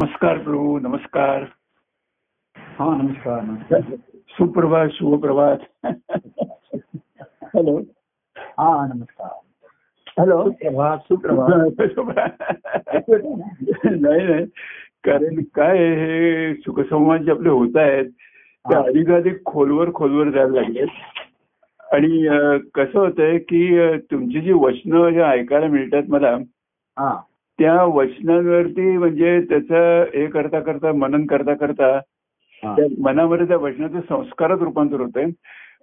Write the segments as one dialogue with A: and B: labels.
A: नमस्कार प्रभू नमस्कार
B: हा नमस्कार नमस्कार
A: सुप्रभात शुभप्रभात हॅलो
B: हा नमस्कार हॅलो प्रभा सुप्रभा
A: सुप्रभात. नाही नाही कारण काय आहे, हे सुखसंवाद जे आपले होत आहेत ते
B: हा.
A: अधिकाधिक खोलवर खोलवर जायला लागले आणि अं, कसं होतंय की अं, तुमची जी वचनं जे ऐकायला मिळतात मला
B: हा
A: त्या वचनांवरती म्हणजे त्याचं हे करता करता मनन करता करता
B: हा.
A: त्या मनामध्ये त्या वचनाचं संस्कारात रूपांतर होतंय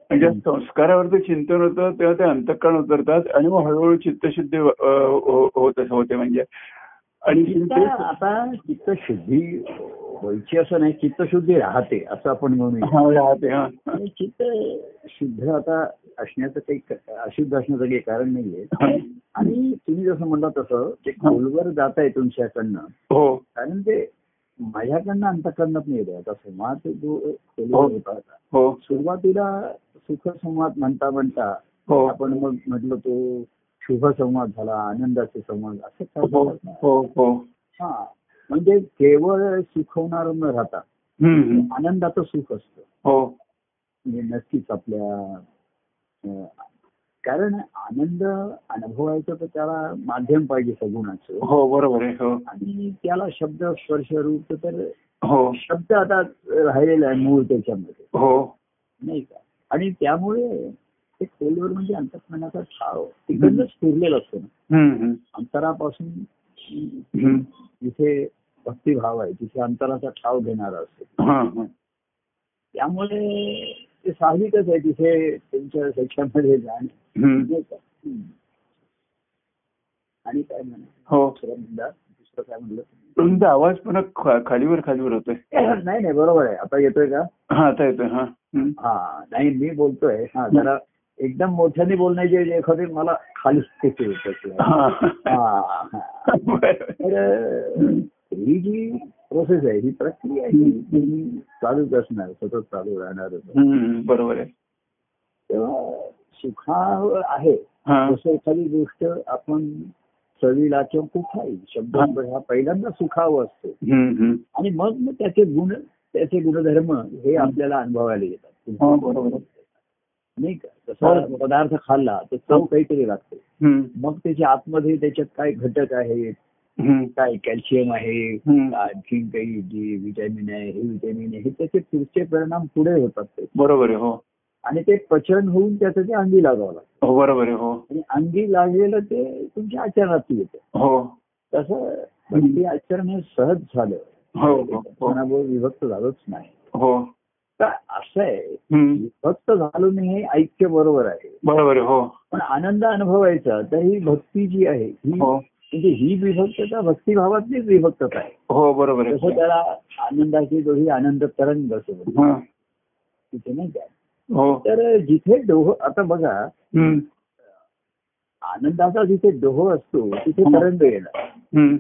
A: आणि ज्या
B: हम्म.
A: संस्कारावरती चिंतन होतं तेव्हा ते अंतकरण उतरतात आणि मग हळूहळू चित्तशुद्धी अ, हो- होत असं होते म्हणजे आणि
B: चित्त
A: ते-
B: आता चित्तशुद्धी व्हायची असं नाही चित्तशुद्धी राहते असं आपण म्हणूया
A: हा, राहते, हा.
B: आणि चित्त शुद्ध आता असण्याचं काही क- अशुद्ध असण्याचं काही कारण नाहीये
A: हा.
B: आणि तुम्ही जसं म्हणला तसं ते खोलवर जात आहे तुमच्याकडनं
A: हो
B: कारण ते माझ्याकडनं अंतकरणात नाही येत आता संवाद जो खोलवर होता
A: हो
B: सुरुवातीला सुख संवाद म्हणता म्हणता
A: हो
B: आपण मग म्हटलं तो शुभ संवाद झाला आनंदाचे संवाद असं काय
A: हो
B: झालं ना?
A: हो हो
B: हा म्हणजे केवळ सुखवणार न राहता
A: हम्म, हम्म.
B: आनंदाचं सुख असतं
A: हो
B: म्हणजे नक्कीच आपल्या अं, कारण आनंद अनुभवायचं तर त्याला माध्यम पाहिजे सगुणाचं
A: हो बरोबर आहे हो
B: आणि त्याला शब्द स्पर्श रूप तर
A: हो
B: शब्द आता राहिलेला आहे मूळ त्याच्यामध्ये
A: हो
B: नाही का आणि त्यामुळे ते खोलवर म्हणजे अंतकरणाचा ठाव तिकडनंच फिरलेलं असतं ना
A: हम्म, हम्म.
B: अंतरापासून
A: हम्म.
B: जिथे भक्तिभाव आहे तिथे अंतराचा ठाव घेणारा असतो
A: हा, हा.
B: त्यामुळे ते साहजिकच आहे तिथे त्यांच्या सेक्शनमध्ये जाणे
A: हम्म.
B: नाही म्हणजे का? हम्म. आणि काय म्हणा
A: हो
B: दुसरं म्हणला दुसरं काय म्हणलं
A: तुमचा आवाज पुन्हा खा- खालीवर खालीवर होतोय
B: नाही नाही बरोबर आहे आता येतोय का
A: हा आता येतोय हा हम्म.
B: हा नाही मी बोलतोय हा जरा एकदम मोठ्याने बोलण्याचे जे एखादे मला खाली तिथे येतं.
A: हा.
B: हा हा. तर ही जी प्रोसेस आहे ही प्रक्रिया ही नेहमी चालूच असणार सतत चालू राहणार
A: हम्म, बरोबर आहे
B: तेव्हा सुखावर आहे
A: हा
B: जसं एखादी गोष्ट आपण चवीला किंवा कुठाही शब्दांवर हा पहिल्यांदा सुखावं असतो
A: हम्म, हम्म.
B: आणि मग मग त्याचे गुण त्याचे गुणधर्म हे आपल्याला अनुभवायला येतात
A: हा, बरोबर आहे.
B: नाही का जसा पदार्थ खाल्ला तर चव काहीतरी लागते
A: हम्म,
B: मग त्याच्या आतमध्ये त्याच्यात काय घटक आहेत
A: हम्म,
B: काय कॅल्शियम आहे
A: हम्म.
B: आणखी काही जे विटॅमिन आहे हे विटॅमिन आहे हे त्याचे पुढचे परिणाम पुढे होतात ते
A: बरोबर आहे हो
B: आणि ते पचन होऊन त्याचं ते अंगी लागावं लागतं
A: हो बरोबर आहे हो
B: आणि अंगी लागलेलं ते तुमच्या आचरणात येतं
A: हो
B: तसं पण ते आचरण हे सहज झालं
A: हो हो हो
B: कोणाबरोबर विभक्त झालंच नाही
A: हो
B: तर असं आहे
A: हम्म,
B: विभक्त झालो नाही हे ऐक्य बरोबर आहे
A: बरोबर आहे हो
B: पण आनंद अनुभवायचा तर ही भक्ती जी आहे ही
A: हो
B: म्हणजे ही विभक्तता भक्तिभावातलीच विभक्तता आहे
A: हो हो. बरोबर आहे
B: जसं त्याला आनंदाची दोही आनंद तरंग असं म्हणतात.
A: हा,
B: तिथे नाही काय
A: हो
B: तर जिथे डोह आता बघा
A: हम्म,
B: आनंदाचा जिथे डोह असतो तिथे
A: हो.
B: तरंग येणार
A: हम्म.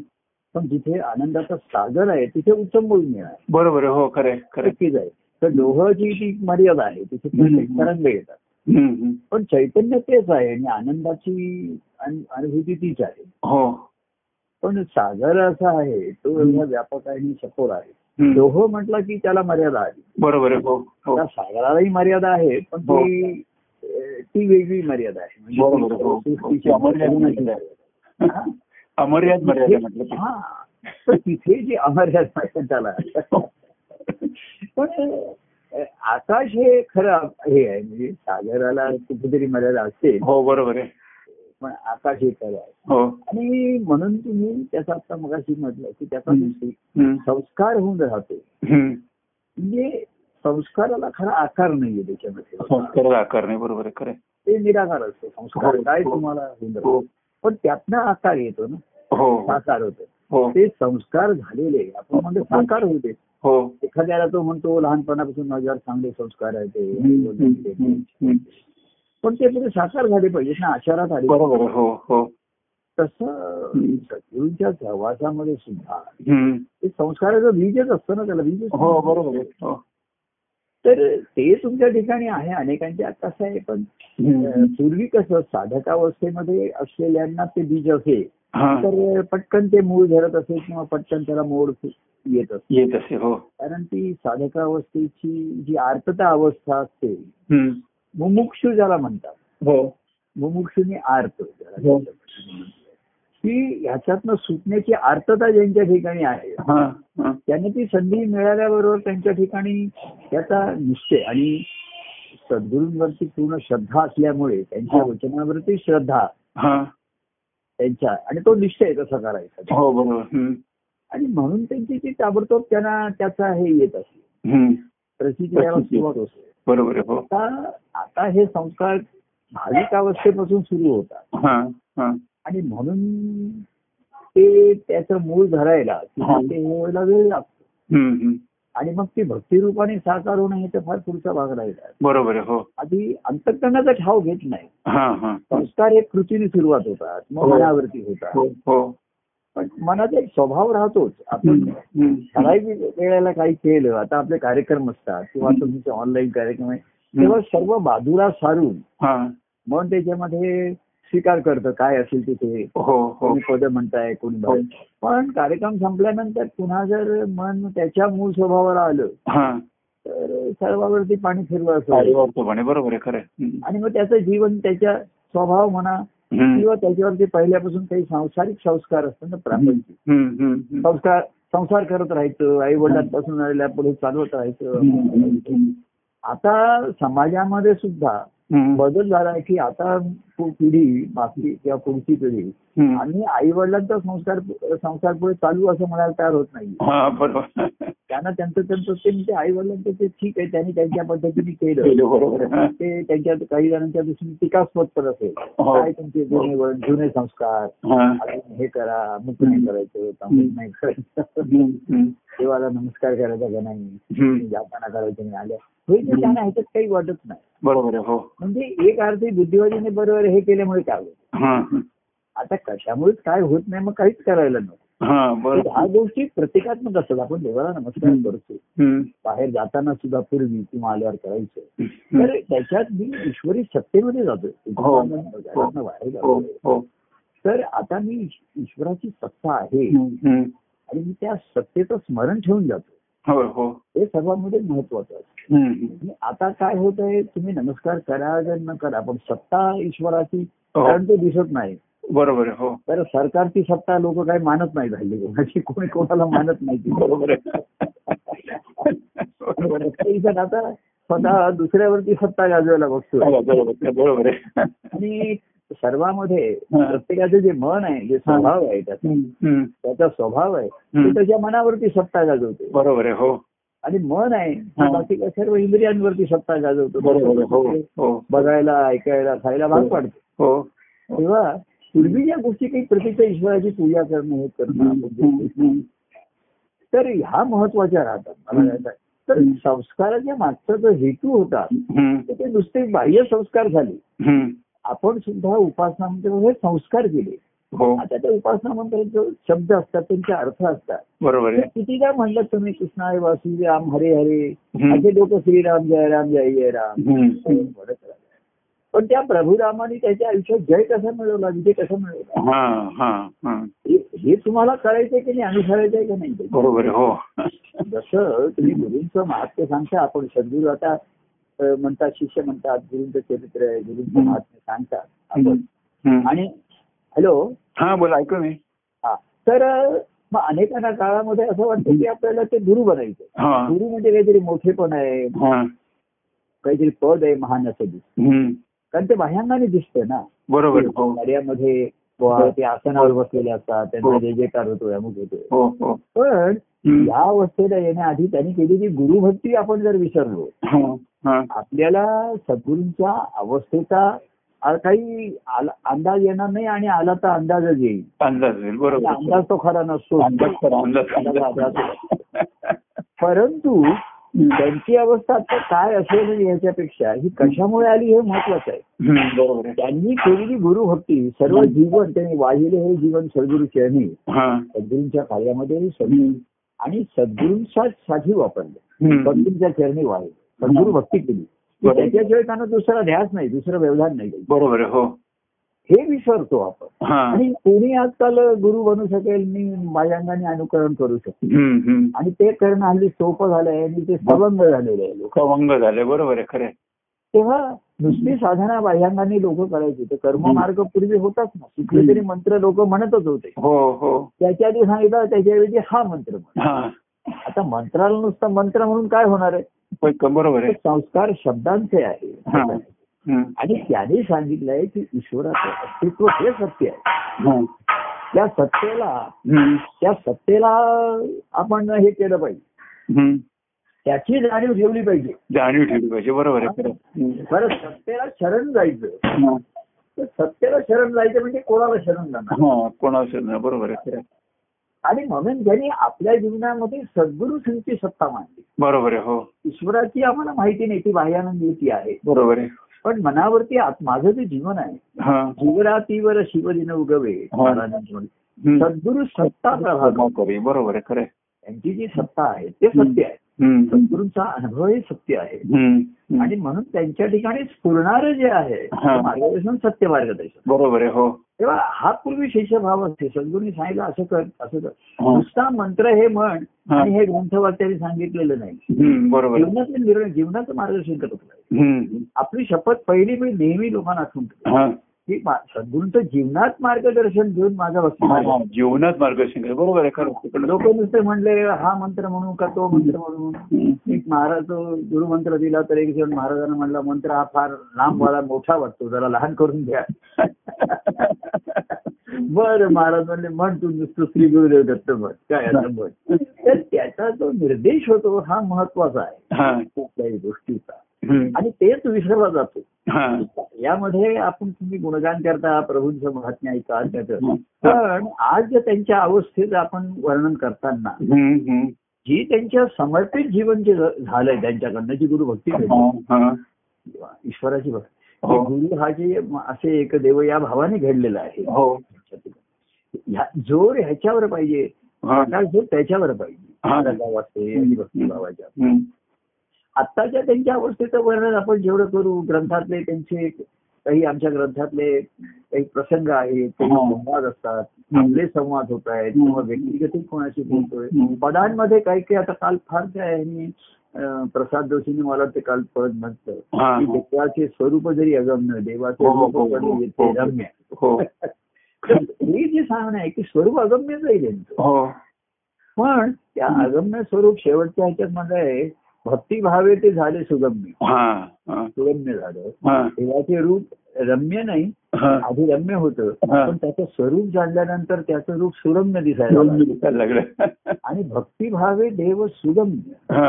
B: पण जिथे आनंदाचा सागर आहे तिथे उचंबळून येणार
A: बरोबर आहे हो खरं आहे, खरं आहे.
B: नक्कीच आहे तर डोहची जी मर्यादा आहे तिथे प्रत्येक
A: हम्म.
B: तरंग येतात
A: हम्म, हम्म.
B: पण चैतन्य तेच आहे आणि आनंदाची अन- अनुभूती तीच आहे
A: हो
B: पण सागर असा आहे तो एवढा व्यापक आहे आणि सखोल आहे
A: हम्म,
B: डोह म्हटला की त्याला मर्यादा आली
A: बरोबर आहे हो हो
B: आता सागरालाही मर्यादा आहे पण
A: हो.
B: ती अ, ती वेगळी मर्यादा आहे
A: बरोबर, हो.
B: म्हणजे
A: ती
B: ती सृष्टीची
A: अमर्याद मर्यादा आहे.
B: हा.
A: अमर्याद मर्यादा म्हटलं ते.
B: हा तर तिथे जी अमर्याद मर्यादाला पण अ, आकाश हे खरं हे आहे म्हणजे सागराला कुठेतरी मर्यादा असते
A: हो बरोबर आहे
B: पण आकाश हे खरं आहे
A: हो
B: आणि म्हणून तुम्ही त्याचा आता मगाशी म्हटलं की त्याचा
A: हम्म.
B: जो
A: हम्म,
B: संस्कार होऊन राहतो
A: हम्म.
B: म्हणजे संस्काराला खरा आकार नाहीये त्याच्यामध्ये
A: संस्काराला आकार नाही बरोबर आहे खरं आहे.
B: ते निराकार असतो संस्कार
A: हो,
B: काय
A: हो.
B: तुम्हाला होऊन राहतो.
A: हो
B: पण त्यातनं आकार येतो ना
A: हो
B: साकार होतो
A: हो
B: ते संस्कार झालेले आपण म्हणतो साकार होते
A: हो
B: एखाद्याला तो म्हणतो लहानपणापासून माझ्यावर चांगले संस्कार आहेत ते
A: हम्म, हम्म, हम्म.
B: पण ते पुढे साकार झाले पाहिजे ना आचारात आले
A: बरोबर आहे. हो हो
B: तसं सजीवच्या सहवासामध्ये सुद्धा
A: हम्म.
B: ते संस्काराचं बीजच असतं ना त्याला बीजच
A: हो बरोबर आहे. हो
B: तर ते तुमच्या ठिकाणी आहे अनेकांच्या आत कसं आहे पण अं,
A: हम्म.
B: पूर्वी कसं साधकावस्थेमध्ये असलेल्यांना ते बीज असे
A: हा
B: तर पटकन ते मूळ धरत असेल किंवा पटकन त्याला मोड येत असेल
A: येत असे हो
B: कारण ती साधकावस्थेची जी आर्तता अवस्था असते
A: हम्म.
B: मुमुक्षु ज्याला म्हणतात
A: हो
B: मुमुक्षुनी आर्त
A: हो.
B: ती ह्याच्यातनं सुटण्याची आर्तता ज्यांच्या ठिकाणी आहे
A: हा हा
B: त्यांना ती संधी मिळाल्याबरोबर त्यांच्या ठिकाणी त्याचा निश्चय आणि सद्गुरूंवरती पूर्ण श्रद्धा असल्यामुळे त्यांच्या
A: हो.
B: वचनावरती श्रद्धा
A: हा
B: त्यांच्या आणि तो निश्चय तसा करायचा
A: हो बरोबर हम्म.
B: आणि म्हणून त्यांची ती ताबडतोब त्यांना त्याचा हे येत असते
A: हम्म.
B: प्रतिक्रियाला
A: प्रतिक्रिया.
B: सुरुवात असते
A: बरोबर आहे हो
B: आता आता हे संस्कार भाविक अवस्थेपासून सुरू होतात
A: हा हा
B: आणि म्हणून ते त्याचं मूळ धरायला किंवा
A: हो.
B: ते हे व्हायला वेळ लागतो
A: हम्म, हम्म.
B: आणि मग ते भक्तिरूपाने साकार होणं हे तर फार पुढचा भाग राहिला
A: बरोबर आहे हो
B: आधी अंतकरणाचा ठाव घेत नाही
A: हा हा
B: संस्कार हे कृतीने सुरुवात होतात मग
A: हो.
B: मनावरती होतात
A: हो हो
B: पण मनाचा एक स्वभाव राहतोच आपण
A: हम्म, हम्म.
B: ठराविक वेळेला काही केलं आता आपले कार्यक्रम असतात किंवा
A: हम्म.
B: तुमचे ऑनलाईन कार्यक्रम आहे तेव्हा सर्व बाजूला सारून
A: हा
B: मन त्याच्यामध्ये स्वीकार करतं काय असेल तिथे
A: हो हो
B: कोणी पद म्हणताय कोणी
A: हो.
B: भाव. पण कार्यक्रम संपल्यानंतर पुन्हा जर मन त्याच्या मूळ स्वभावाला आलं
A: हा
B: तर सर्वावरती पाणी फिरवा
A: अरे
B: असं
A: वा, खूप आहे. बरोबर आहे खरं आहे. हम्म.
B: आणि मग त्याचं जीवन त्याच्या स्वभाव म्हणा
A: हम्म.
B: किंवा त्याच्यावरती पहिल्यापासून काही सांसारिक संस्कार असतात ना प्रापंचिक
A: हम्म, हम्म, हम्म.
B: संस्कार संसार करत राहायचं आई वडिलांपासून आलेल्या पुढे
A: हम्म,
B: चालवत राहायचं
A: हम्म.
B: आता समाजामध्ये सुद्धा
A: हम्म.
B: बदल झाला आहे की आता पु- पिढी मागची किंवा पुढची पिढी
A: हम्म.
B: आणि आई वडिलांचा संस्कार संसार पुढे चालू असं म्हणायला तयार होत नाही
A: हा बरोबर
B: त्यांना त्यांचं त्यांचं ते म्हणजे आई वडिलांचं ते ठीक आहे त्यांनी त्यांच्या पद्धतीने
A: केलं,
B: केलं
A: बरोबर. हा.
B: ते त्यांच्या काही जणांच्या दृष्टीने टीकास्पद पण असेल
A: हो.
B: काय तुमचे जुने वड- जुने संस्कार
A: हा.
B: अजून हे करा अमुक नाही करायचं तमुक नाही करायचं
A: हम्म, हम्म.
B: देवाला नमस्कार करायचा का नाही
A: हम्म.
B: जाताना करायचं नाही आल्या हे ते त्यांना ह्याच्यात काही वाटत नाही
A: बरोबर आहे हो
B: म्हणजे एक अर्थी बुद्धिवादीने बरोबर हे केल्यामुळे काय होईल
A: हा
B: आता कशामुळेच काय होत नाही मग काहीच करायला नको
A: हा
B: तर ह्या
A: बरोबर
B: गोष्टी प्रतिकात्मक असतात आपण देवाला नमस्कार
A: हम्म.
B: करतो
A: हम्म.
B: बाहेर जाताना सुद्धा पूर्वी किंवा आल्यावर करायचं
A: हम्म.
B: तर त्याच्यात मी ईश्वरी सत्तेमध्ये जातोय
A: हो.
B: घरातनं बाहेर
A: हो
B: जातोय
A: हो
B: तर आता मी ईश- ईश्वराची सत्ता आहे
A: हम्म, हम्म.
B: आणि मी त्या सत्तेचं स्मरण ठेवून जातो
A: हो हो
B: हे सर्वांमध्ये महत्वाचं असतं
A: हम्म, हम्म.
B: आणि आता काय होत आहे तुम्ही नमस्कार करा जर न करा पण सत्ता ईश्वराची
A: हो.
B: कारण ते दिसत नाही
A: बरोबर आहे हो
B: तर सरकारची सत्ता लोक काही मानत नाही झाली कोणाची कोणी कोणाला मानत नाही ती.
A: बरोबर आहे
B: आणि
A: बरोबर आहे.
B: प्रत्येक जण आता स्वतः दुसऱ्यावरती सत्ता गाजवायला बघतोय
A: हो, बरोबर आहे. बरोबर आहे
B: आणि सर्वामध्ये
A: हा.
B: प्रत्येकाचं जे मन आहे जे स्वभाव आहे त्याचा
A: हम्म, हम्म.
B: त्याचा स्वभाव आहे
A: हम्म.
B: ते त्याच्या मनावरती सत्ता गाजवते
A: बरोबर आहे हो
B: आणि मन आहे
A: हा.
B: ते बाकीच्या सर्व इंद्रियांवरती सत्ता
A: बरोबर आहे हो
B: गाजवतो
A: हो
B: बघायला ऐकायला खायला भाग पाडतो
A: हो
B: तेव्हा पूर्वी ज्या गोष्टी काही प्रतीच्या ईश्वराची पूजा करणं हे करणं
A: हम्म,
B: आपण जे
A: हम्म, हम्म.
B: तर ह्या महत्वाच्या राहतात मला
A: हं.
B: वाटतं. तर
A: हं.
B: संस्काराच्या मागचा जो हेतू होता
A: हम्म,
B: तर ते नुसते बाह्य संस्कार झाले
A: हम्म.
B: आपण सुद्धा उपासना म्हणजे संस्कार केले
A: हो
B: आता त्या उपासना मंत्राचे शब्द असतात त्यांचे अर्थ असतात
A: बरोबर
B: तर
A: आहे
B: कितीदा म्हणलं तुम्ही कृष्णाय वासुदेव हरे हरे
A: हं.
B: असे लोक श्रीराम जय राम जय जय राम
A: हम्म, हम्म.
B: म्हणत राहिले. पण त्या प्रभुरामाने त्याच्या आयुष्यात जय कसा मिळवला विजय कसा मिळवला
A: हा हा हा
B: हे- हे तुम्हाला कळायचंय की नाही अनुसरायचंय का नाही
A: बरोबर आहे हो
B: जसं तुम्ही गुरुंचं महात्म्य सांगता आपण सद्गुरू आता अ, म्हणतात शिष्य म्हणतात गुरुंचं चरित्र आहे गुरुंचं
A: हं.
B: महात्म्य सांगतात
A: हम्म,
B: आपण
A: हम्म.
B: आणि हॅलो
A: हा बोला ऐकू मी
B: हा तर अ, मग अनेकांना काळामध्ये असं वाटतं की आपल्याला ते गुरु बनायचं
A: हा
B: गुरु म्हणजे काहीतरी मोठेपण आहे
A: हा
B: काहीतरी पद आहे महान असं दिसतं
A: हम्म.
B: कारण ते बाह्यांगाने दिसतं ना
A: बरोबर हो. आहे. हो
B: कार्यामध्ये बुवा, ते आसनावर बसलेले असतात त्यांचा जे जे कार होतोय अमुक होतोय
A: हो हो
B: पण
A: हम्म.
B: या अवस्थेला येण्याआधी त्यांनी केलेली गुरुभक्ती आपण जर विसरलो
A: हा हा
B: आपल्याला सद्गुरूंच्या अवस्थेचा आ- काही आला- अंदाज येणार नाही आणि आला तर अंदाजच येईल
A: अंदाज येईल
B: पण
A: बरोबर
B: अंदाज तो खरा नसतो
A: अंदाज करा अंदाज
B: अंदाज-
A: अंदाज.
B: परंतु त्यांची अवस्था आता काय असेल याच्यापेक्षा ही कशामुळे आली हे महत्वाचं आहे
A: हम्म, बरोबर आहे
B: त्यांनी केलेली गुरुभक्ती सर्व जीवन त्यांनी वाहिले हे जीवन सद्गुरू चरणी
A: हा
B: सद्गुरूंच्या कार्यामध्ये आणि सद्गुरू
A: हम्म.
B: आणि सद्गुरूंसाठी वापरले
A: हम्म.
B: सद्गुरूंच्या चरणी वाहिले सद्गुरू भक्ती केली
A: बरोबर.
B: त्याच्याशिवाय त्यांना दुसरा ध्यास नाही दुसरं व्यवधान नाही
A: बरोबर आहे हो
B: हे विसरतो आपण
A: हा
B: आणि कोणी आजकाल गुरु बनू शकेल मी माझ्या अंगाने अनुकरण करू शकतो
A: हम्म, हम्म.
B: आणि ते करणं हल्ली सोपं झालंय आणि ते सबंध झालेलं आहे लोक
A: खवंग झाले बरोबर आहे खरं आहे.
B: तेव्हा नुसती साधना बाह्यांगाने लोक करायची तर कर्ममार्ग पूर्वी होताच ना कुठले तरी मंत्र लोक म्हणतच होते
A: हो हो
B: त्याच्या आधी सांगितलं त्याच्याऐवजी हा मंत्र म्हण
A: हा
B: आता मंत्राला नुसतं मंत्र म्हणून काय होणार आहे
A: पण क- बरोबर आहे
B: तर संस्कार शब्दांचे
A: हा.
B: आहे
A: हम्म,
B: आणि त्याने सांगितलंय की ईश्वराचं अस्तित्व हे सत्य आहे
A: हम्म,
B: त्या सत्तेला
A: हम्म,
B: त्या सत्तेला आपण हे केलं पाहिजे
A: हम्म.
B: त्याची जाणीव ठेवली पाहिजे
A: जाणीव ठेवली पाहिजे बरोबर आहे खरं आहे. हम्म.
B: बरं सत्तेला शरण जायचं
A: हा.
B: तर सत्तेला शरण जायचं म्हणजे कोणाला शरण जाणार
A: हा हो, कोणाचं नाही बरोबर आहे खरं आहे.
B: आणि म्हणून त्यांनी आपल्या जीवनामध्ये सद्गुरु संघची सत्ता मांडली
A: बरोबर आहे हो
B: ईश्वराची आम्हाला माहिती नाही ती बाह्यानंदीची आहे
A: बरोबर आहे
B: पण मनावरती आत- माझं जे जीवन आहे
A: हा
B: जीवरातीवर शिवदिन उगवे
A: हो.
B: महाराजांचं म्हणणं.
A: हम्म.
B: सद्गुरु सत्ता प्रभाव
A: करी, बरोबर आहे खरं आहे.
B: त्यांची जी सत्ता आहे ते सत्य आहे
A: हम्म,
B: सद्गुरूंचा अनुभव हे सत्य आहे
A: हम्म, हम्म.
B: आणि म्हणून त्यांच्या ठिकाणी स्फुरणारं जे आहे
A: हा.
B: ते मार्गदर्शन सत्य मार्गदर्शन
A: बरोबर आहे हो
B: तेव्हा हा पूर्वी शिष्यभाव असते सद्गुरूंनी सांगितलं असं कर असं कर
A: हा.
B: नुसता मंत्र हे म्हण
A: हो. हा.
B: आणि हे ग्रंथवाक्याने सांगितलेलं नाही
A: हम्म, बरोबर आहे.
B: जीवनातले निर्णय जीवनाचं मार्गदर्शन करत नाही
A: हम्म.
B: आपली शपथ पहिली मी नेहमी लोकांना आठवून ठेवते
A: हा.
B: की मा- सद्गुरूंचं जीवनात मार्गदर्शन घेऊन माझा भक्ती
A: हा,
B: मार्ग
A: हा. जीवनात मार्गदर्शन केलं बरोबर आहे खरं आहे.
B: लोक नुसते म्हणले हा मंत्र म्हणून का तो मंत्र म्हणून
A: हम्म.
B: एक महाराज गुरुमंत्र दिला तर एक जण महाराजांना म्हणला मंत्र हा फार लांब वाला मोठा वाटतो जरा लहान करून द्या बरं महाराज म्हणले म्हण तू नुसतं श्री गुरुदेव दत्त म्हण काय असं म्हण तर त्याचा जो निर्देश होतो हा महत्वाचा आहे
A: हा.
B: कुठल्याही गोष्टीचा
A: हम्म.
B: आणि तेच विसरला जातो
A: हा.
B: यामध्ये आपण तुम्ही गुणगान करता प्रभूंचं महात्म्य ऐका त्याचं
A: हम्म.
B: पण आज जे त्यांच्या अवस्थेचं आपण वर्णन करताना
A: हम्म, हम्म.
B: जी त्यांच्या समर्पित जीवन जे झ- झालंय त्यांच्याकडनं जी गुरुभक्ती
A: हा,
B: घडली
A: हा.
B: किंवा ईश्वराची भक्ती
A: हो.
B: गुरु हा जे म- असे एक देव या भावाने घडलेला आहे
A: हो
B: ह्या- जोर ह्याच्यावर पाहिजे
A: हा.
B: प्रकाश जोर त्याच्यावर
A: हा.
B: पाहिजे रंगाव असते आणि भक्तिभावाच्या
A: हम्म.
B: आत्ताच्या त्यांच्या अवस्थेचं वर्णन आपण जेवढं करू ग्रंथातले त्यांचे काही आमच्या ग्रंथातले काही प्रसंग आहेत काही
A: हो.
B: संवाद असतात
A: हम्म.
B: आपले संवाद होत आहेत
A: हम्म.
B: किंवा व्यक्तिगत कोणाशी बोलतोय
A: हम्म.
B: पदांमध्ये काही काही आता काल फार त्या ह्यांनी, अं, प्रसाद जोशीने मला ते काल पद म्हटलं
A: हा,
B: की
A: हा.
B: देवाचे स्वरूप जरी अगम्य देवाचे
A: हो, हो,
B: रूप
A: हो,
B: जरी
A: हो,
B: येते
A: हो.
B: रम्य
A: हो
B: तर हे जे सांगणं आहे की स्वरूप अगम्य जाईल यांचं
A: हो
B: पण त्या अगम्य स्वरूप शेवटच्या ह्याच्यात म्हणजे आहे भक्तिभावे ते झाले सुगम्य
A: हा हा
B: सुगम्य झालं
A: हा
B: देवाचे रूप रम्य नाही
A: हा
B: आधी रम्य होतं
A: हा.
B: पण त्याचं स्वरूप जाणल्यानंतर त्याचं रूप सुरम्य दिसायला
A: दोन
B: लागलं.
A: दिवसाला लागलं
B: आणि भक्तिभावे देव सुगम्य
A: हा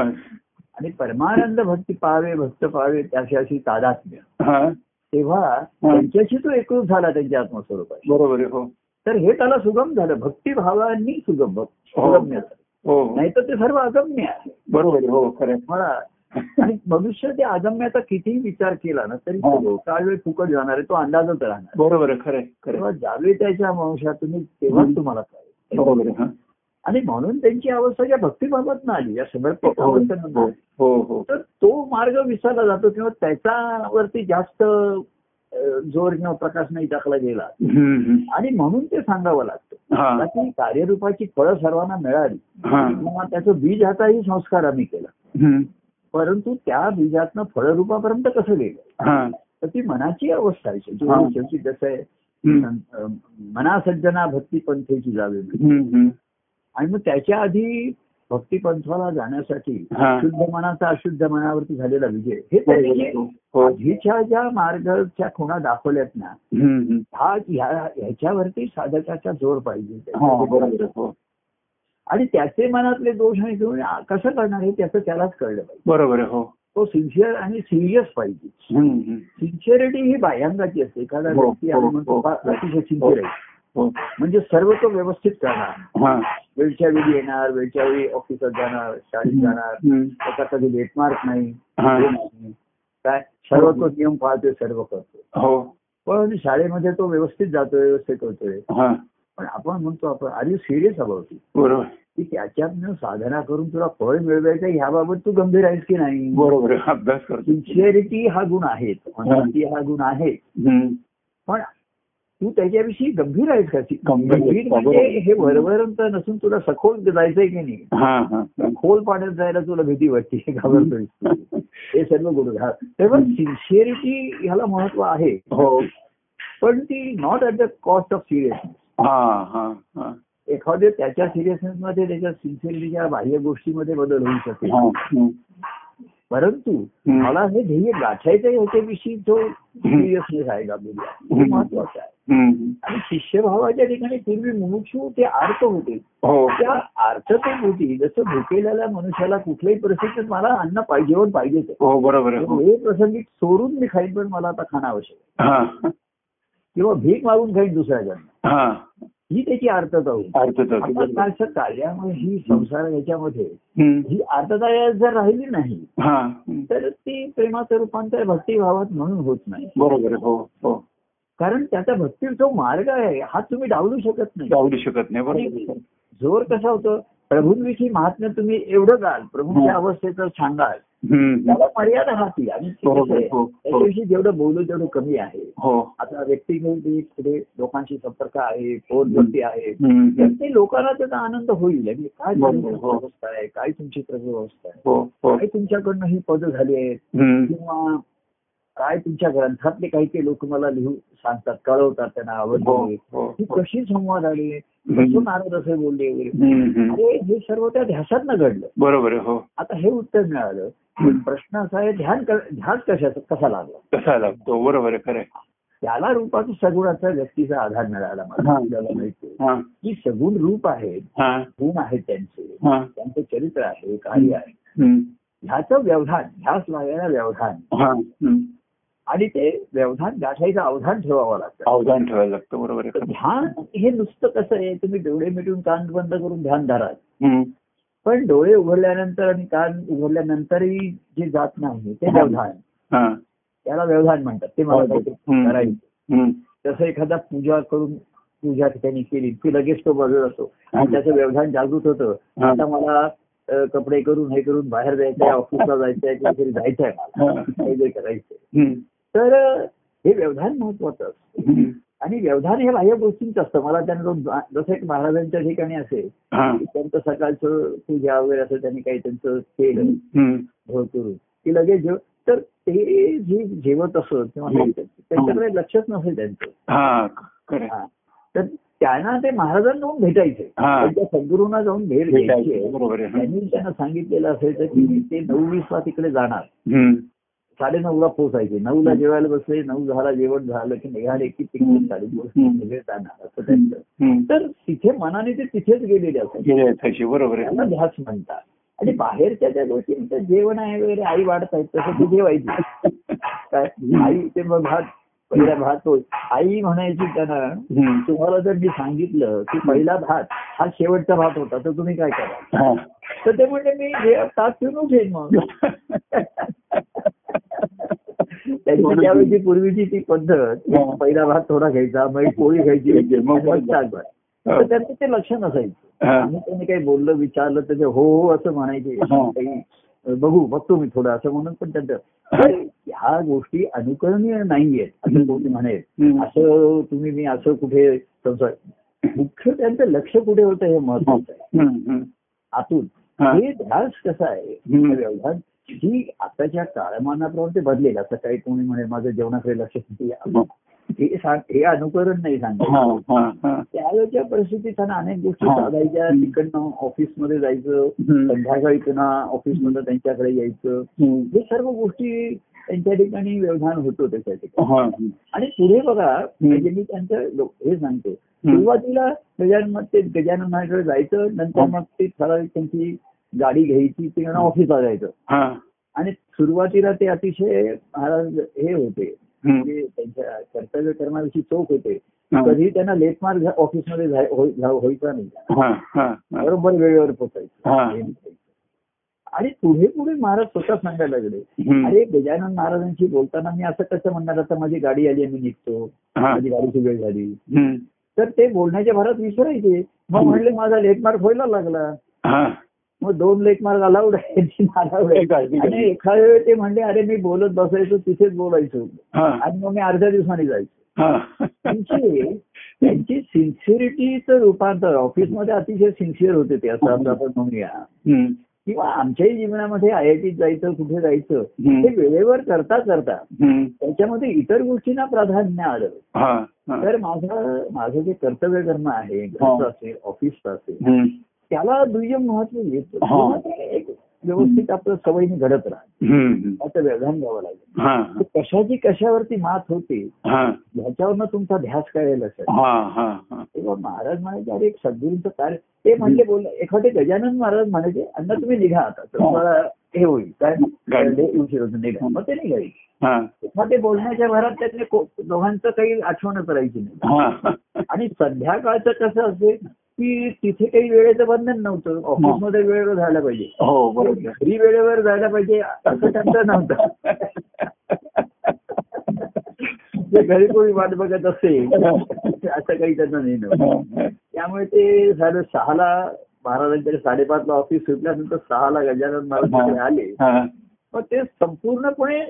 B: आणि परमानंद भक्ती पाहावे भक्त पाहावे त्याच्याशी तादात्म्य
A: हा
B: तेव्हा त्यांच्याशी तो एकरूप झाला त्यांच्या आत्मस्वरूपाशी
A: बरोबर आहे हो
B: तर हे त्याला सुगम झालं भक्तिभावांनी सुगम भक्-
A: हो.
B: सुगम्य झालं
A: हो
B: नाही तर ते सर्व अगम्य आहे
A: बरोबर आहे हो खरं आहे.
B: मला आणि मनुष्य त्या अगम्याचा कितीही विचार केला ना तरी
A: हो.
B: तो काय वेळ फुकट जाणार आहे तो अंदाजच राहणार
A: बरोबर आहे खरं आहे, खरं
B: तेव्हा
A: आहे.
B: ज्यावेळी त्याच्या वंशात तुम्ही तेव्हाच
A: हं.
B: तुम्हाला कळेल
A: बरोबर आहे, हा.
B: आणि म्हणून त्यांची अवस्था ज्या भक्तीबाबत ना आली या समर्पित
A: हो
B: अवस्थेनं
A: हो
B: आली.
A: हो हो
B: तर तो मार्ग विसरला जातो किंवा त्याच्यावरती जास्त अ, जोर किंवा प्रकाश नाही टाकला गेला
A: हम्म, हम्म.
B: आणि म्हणून ते सांगावं लागतं
A: हा
B: त्याची कार्यरूपाची फळं सर्वांना मिळाली
A: हा
B: किंवा त्याचं बीज हाताही संस्कार आम्ही केला
A: हम्म.
B: परंतु त्या बीजातनं फळरूपापर्यंत कसं गेलं
A: हा
B: तर ती मनाची अवस्था आहे शेवटी.
A: हा.
B: शेवटी कसं आहे
A: हम्म.
B: अ, मनासज्जना भक्ती पंथेची जावे
A: हम्म, हम्म.
B: आणि मग त्याच्या आधी भक्ती पंथाला जाण्यासाठी
A: हा.
B: शुद्ध मनाचा अशुद्ध मनावरती झालेला विजय हे
A: बरोबर आहे,
B: त्याचे
A: हो. हो
B: आधीच्या ज्या मार्गाच्या खुणा दाखवल्यात ना
A: हम्म, हम्म.
B: हा ह्या ह्याच्यावरती साधकाचा जोर पाहिजे
A: हा, बरोबर आहे, हो
B: आणि त्याचे मनातले दोष आणि दोष कसं करणार हे त्याचं त्यालाच कळलं पाहिजे
A: बरोबर आहे, हो
B: तो सिन्सिअर आणि सिरियस पाहिजे
A: हम्म, हम्म.
B: सिन्सिअरिटी ही बाह्यांगाची असते एखादा
A: हो,
B: व्यक्ती
A: हो,
B: आणि म्हणतो
A: हो.
B: "बा, अतिशय सिन्सिअर आहे
A: हो
B: म्हणजे सर्व तो व्यवस्थित करणार
A: हा
B: वेळच्या वेळी येणार वेळच्या वेळी ऑफिसात जाणार शाळेत जाणार
A: हम्म.
B: त्याचा कधी लेटमार्क नाही
A: हा.
B: हे नाही. काय सर्व तो नियम पाळतोय सर्व करतो
A: हो
B: पण शाळेमध्ये तो व्यवस्थित जातोय व्यवस्थित होतोय
A: हा
B: पण आपण म्हणतो आपण आधी सिरियस अबाउट इट
A: बरोबर
B: की त्याच्यातनं साधना करून तुला फळ मिळवायचं आहे ह्याबाबत तू गंभीर आहेस की नाही
A: बरोबर आहे, अभ्यास करतो
B: सिन्सिअरिटी हा गुण आहे honesty हा गुण आहे
A: हम्म.
B: पण तू त्याच्याविषयी गंभीर आहेस का
A: गंभीर आहे,
B: गंभीर
A: बरोबर.
B: म्हणजे हे वरवरंत नसून तुला सखोल जायचंय की नाही
A: हा हा
B: खोल पाण्यात जायला तुला भीती वाटते घाबरतोय हे सर्व गुण घा तेव्हा सिन्सिअरिटी ह्याला महत्व आहे
A: हो
B: पण ती not at the cost of seriousness
A: हा हा हा
B: एखाद्या त्याच्या सिरियसनेस मध्ये त्याच्या सिन्सिअरिटीच्या बाह्य गोष्टीमध्ये बदल होऊ शकेल
A: हा, हं.
B: परंतु
A: हं.
B: मला हे ध्येय गाठायचं आहे ह्याच्याविषयी जो सिरियसनेस आहे गांभीर्य आहे,
A: हं.
B: तो महत्वाचा आहे
A: हं.
B: आणि शिष्यभावाच्या ठिकाणी पूर्वी मुमुक्षू ते आर्त होते
A: हो
B: त्या आर्थतेपोटी जसं भुकेलेल्या मनुष्याला कुठल्याही परिस्थितीत मला अन्न पाहिजे जेवण पाहिजेच आहे.
A: हो बरोबर आहे हो.
B: हे प्रसंगी सोडून मी खाईन पण मला आता खाणं आवश्यक आहे.
A: हा
B: किंवा भीक मागून खाईन दुसऱ्याकडनं
A: हा
B: ही त्याची आर्थता होती
A: अर्थच होतो
B: आता
A: बरोबर.
B: कालच्या कार्यामुळे ही संसार याच्यामध्ये
A: हं.
B: ही आर्थता जर राहिली नाही
A: हा हं.
B: तर ती प्रेमाचं रूपांतर भक्तिभावात म्हणून होत नाही
A: बरोबर आहे हो हो
B: कारण त्याचा भक्ती जो मार्ग आहे हा तुम्ही डावलू शकत नाही
A: आवडू शकत नाही बरोबर आहे.
B: जोर कसा होतो प्रभूंविषयी महात्म्य तुम्ही एवढं गाल प्रभूंच्या
A: हो.
B: अवस्थेचं सांगाल
A: हं.
B: त्याला मर्यादा राहते आणि ते कसं
A: बरोबर
B: आहे,
A: आहे, हो, हो.
B: त्याच्याविषयी जेवढं बोलू तेवढं कमी आहे
A: हो
B: आता व्यक्तिगत जे पुढे लोकांशी संपर्क आहे फोनवरती आहे
A: हं.
B: तर ते लोकांना त्याचा आनंद होईल आणि काय
A: हो,
B: तुमची
A: हो.
B: अवस्था आहे काय तुमची प्रभवस्था आहे
A: हो हो
B: काय तुमच्याकडनं ही पद झाली आहेत
A: हं.
B: किंवा काय तुमच्या ग्रंथातले काही काही लोक मला लिहून सांगतात कळवतात त्यांना
A: हो
B: आवडते
A: हो
B: ही
A: हो.
B: कशी संवाद आले
A: हं.
B: कसं नारद असे बोलले वगैरे
A: हं, हं.
B: अरे हे सर्व त्या ध्यासातनं घडलं
A: बरोबर आहे हो
B: आता हे उत्तर मिळालं पण प्रश्न असा आहे ध्यान क- ध्यास कशाचा कसा लागला
A: कसा लागतो बरोबर आहे खरं आहे.
B: त्याला रूपात सगुणाचा व्यक्तीचा आधार मिळाला मला
A: हा.
B: आपल्याला मिळतो
A: हा
B: की सगुण रूप आहे
A: हा
B: गुण आहेत त्यांचे
A: हा
B: त्यांचं चरित्र आहे कार्य आहे
A: हं.
B: ह्याचं व्यवधान ध्यास लागायला व्यवधान
A: हा हं.
B: आणि ते व्यवधान गाठायचं अवधान ठेवावं लागतं
A: अवधान ठेवायला लागतं बरोबर आहे
B: तर
A: खरं आहे.
B: ध्यान हे नुसतं कसं आहे तुम्ही डोळे मिटून कान बंद करून ध्यान धराल
A: हं.
B: पण डोळे उघडल्यानंतर आणि कान उघडल्यानंतरही जे जात नाही ते
A: हा.
B: व्यवधान
A: हा
B: त्याला व्यवधान म्हणतात ते मला
A: बरोबर.
B: काहीतरी
A: हं.
B: करायचं
A: हं.
B: जसं एखादा पूजा करून पूजा ठिकाणी केली की लगेच तो बदल असतो आणि
A: हा.
B: त्याचं व्यवधान जागृत होतं
A: हा.
B: आता मला अ, कपडे करून हे करून बाहेर जायचंय ऑफिसला जायचंय कुठेतरी जायचंय मला
A: हा.
B: काहीतरी करायचंय
A: हं.
B: तर अ, हे व्यवधान महत्वाचं असतं
A: हं.
B: आणि व्यवधान हे बाह्य गोष्टींचं असतं मला त्यांना दोन- जसं एक महाराजांच्या ठिकाणी असेल
A: हा
B: त्यांचं सकाळचं पूजा वगैरे असं त्यांनी काही त्यांचं केलं
A: हं.
B: घोळ करून की लगेच जेव तर ते जे जेवत असत किंवा
A: हम्म.
B: हे करत, त्यांच्याकडे लक्षच नसेल त्यांचं
A: हा खरं आहे.
B: हा. तर त्यांना ते महाराजांना जाऊन भेटायचे
A: हा.
B: त्यांच्या सद्गुरूंना जाऊन भेट घ्यायची आहे.
A: बरोबर आहे हं.
B: त्यांनी त्यांना सांगितलेलं असायचं की मी ते नऊ वीसला तिकडे जाणार
A: हं.
B: साडे नऊला पोहोचायचे नऊला जेवायला बसले नऊ झाला जेवण झालं की निघाले की तिकडे साडे
A: हम्म.
B: सगळे जाणार असं त्यांचं
A: हं.
B: तर तिथे मनाने ते तिथेच गेलेले असायचे
A: गेले आहेत तशी, बरोबर आहे
B: त्यांना ध्यास म्हणतात आणि बाहेरच्या त्या गोष्टी म्हणजे जेवण आहे वगैरे आई वाढतायत तसं ते जेवायची काय आई ते मग भात पहिला भात होय आई म्हणायची त्यांना
A: हं.
B: तुम्हाला जर मी सांगितलं की पहिला भात हा शेवटचा भात होता तर तुम्ही काय करा
A: हा.
B: तर ते म्हणजे मी जे ताट पिऊन उठेन मग त्यांची त्यावेळी पूर्वीची ती पद्धत
A: हा.
B: पहिला भात थोडा घ्यायचा मग एक पोळी घ्यायची
A: घ्यायची, मग
B: आणि मग ताट भरायचं.
A: হ্যাঁ,
B: तर त्यांचं ते लक्ष नसायचं
A: हा.
B: आणि त्यांनी काही बोललं विचारलं तर ते हो हो असं म्हणायचे
A: हा.
B: काही बघू बघतो मी थोडं असं म्हणून पण त्यांचं
A: হ্যাঁ,
B: तर ह्या गोष्टी अनुकरणीय नाहीयेत असं कोणी म्हणेल
A: हं.
B: असं तुम्ही मी असं कुठे संसार मुख्य त्यांचं लक्ष कुठे होतं हे महत्वाचं आहे
A: हं. हं.
B: आतून
A: हा.
B: हे ध्यास कसा आहे
A: हम्म.
B: हे व्यवधान ही आताच्या काळमानाप्रमाणे ते बदलेल असं काही कोणी म्हणेल माझं जेवणाकडे लक्ष किती आहे? हे सांग हे अनुकरण नाही सांगितलं
A: हा. हा. हा.
B: त्यावेळेच्या परिस्थितीत त्यांना अनेक गोष्टी
A: हा.
B: साधायच्या
A: हं.
B: तिकडनं ऑफिसमध्ये जायचं
A: हं.
B: संध्याकाळी पुन्हा ऑफिसमधनं त्यांच्याकडे यायचं
A: हं.
B: हे सर्व गोष्टी त्यांच्या ठिकाणी व्यवधान होतो त्याच्या ठिकाणी
A: हा. हं.
B: आणि पुढे बघा म्हणजे मी त्यांचं लो- हे सांगतो सुरुवातीला गजानन मग ते गजानन महाराजांकडे जायचं नंतर
A: हा.
B: मग ते ठराविक त्यांची गाडी घ्यायची तिकडनं ऑफिसला जायचं
A: हा.
B: आणि सुरुवातीला ते अतिशय महाराज हे होते
A: हं.
B: म्हणजे त्यांच्या कर्तव्य करण्याविषयी चोख होते
A: हा.
B: कधी त्यांना लेटमार्क झा- ऑफिसमध्ये जाय- होय- झा- व्हायचा नाही
A: हा. हा. हा.
B: बरोबर वेळेवर
A: हा.
B: पोहोचायचं आणि पुढे पुढे महाराज स्वतः सांगायला लागले
A: हं.
B: अरे गजानन महाराजांशी बोलताना मी असं कसं म्हणणार आता माझी गाडी आली मी निघतो
A: हा.
B: माझी गाडीची वेळ झाली
A: हं.
B: तर ते बोलण्याच्या भरात विसरायचे मग
A: हं.
B: म्हणले माझा लेटमार्क व्हायला लागला
A: हा.
B: मग दोन लेखमार्क अलाउड आहे तीन अलाउड
A: ठीक आहे,
B: आहे
A: ठीक आहे.
B: आणि एखाद्या वेळी ते म्हणले अरे मी बोलत बसायचो तिथेच बोलायचो
A: हा.
B: आणि मग मी अर्ध्या दिवसाने जायचो
A: हा.
B: त्यांची त्यांची सिन्सिअरिटीचं रूपांतर ऑफिसमध्ये अतिशय सिन्सिअर होते ते असं आता आपण म्हणूया
A: हम्म.
B: किंवा आमच्याही जीवनामध्ये आय आय टीत जायचं कुठे जायचं
A: हम्म.
B: हे वेळेवर करता करता
A: हम्म.
B: त्याच्यामध्ये इतर गोष्टींना प्राधान्य आलं
A: हा. हा.
B: तर माझं माझं जे कर्तव्य कर्म आहे घरचं असेल ऑफिसचं असेल
A: हम्म.
B: त्याला दुय्यम महत्व येतं
A: हा.
B: तेव्हा ते एक व्यवस्थित आपलं सवयीने घडत राहतं
A: हम्म.
B: त्याचं व्यवधान घ्यावं लागेल
A: हा.
B: तर कशाची कशावरती मात होते
A: हा.
B: ह्याच्यावरनं तुमचा ध्यास कळेल असेल
A: हा. हा. हा.
B: तेव्हा महाराज म्हणायचे अरे एक सद्गुरूंचं कार्य ते म्हणले बोल एखादे गजानन महाराज म्हणायचे अण्णा तुम्ही निघा आता तर तुम्हाला हे होईल काय
A: गाडी.
B: हे उशीर होतो, निघा मग ते निघाले
A: हा.
B: मग ते बोलण्याच्या भरात त्यांनी को- दोघांचं काही आठवणच राहायची नाही
A: हा.
B: आणि संध्याकाळचं कसं असेल की तिथे काही वेळेचं बंधन नव्हतं ऑफिसमध्ये वेळेवर झालं पाहिजे
A: हो बरोबर
B: घरी वेळेवर जायला पाहिजे असं त्यांचं नव्हतं ते घरी कोणी वाट बघत असेल असं काही त्यांना नाही नव्हतं त्यामुळे ते साडे सहाला महाराजांकडे साडेपाचला ऑफिस सुटल्यानंतर सहाला गजानन महाराज तिकडे आले
A: हा.
B: मग ते संपूर्णपणे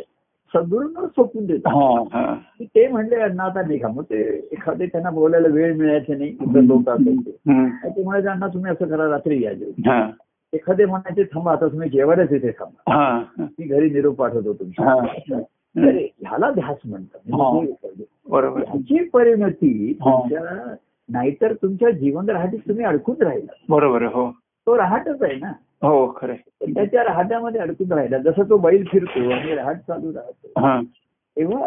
B: सदूर्ण सोपून देतात
A: हा. हा.
B: की ते म्हणले अण्णा आता निघा मग ते एखादे त्यांना बोलायला वेळ मिळायचे नाही इतर लोक असायचे
A: हम्म.
B: आणि ते म्हणायचे अण्णा तुम्ही असं करा रात्री या जेवून."
A: हा.
B: एखादे म्हणायचे थांबा आता तुम्ही जेवायलाच इथे थांबा
A: हा.
B: मी घरी निरोप पाठवतो
A: हा.
B: तुमच्या तर ह्याला ध्यास म्हणतात म्हणजे ते-
A: बरोबर
B: ह्याची परिणती
A: हा.
B: तुमच्या नाहीतर तुमच्या जीवन राहटीत तुम्ही अडकून राहिला
A: बरोबर हो
B: तो रहाटच आहे ना
A: हो खरे
B: त्याच्या रहाट्यामध्ये अडकून राहिला जसं तो बैल फिरतो आणि रहाट चालू राहतो
A: हा
B: तेव्हा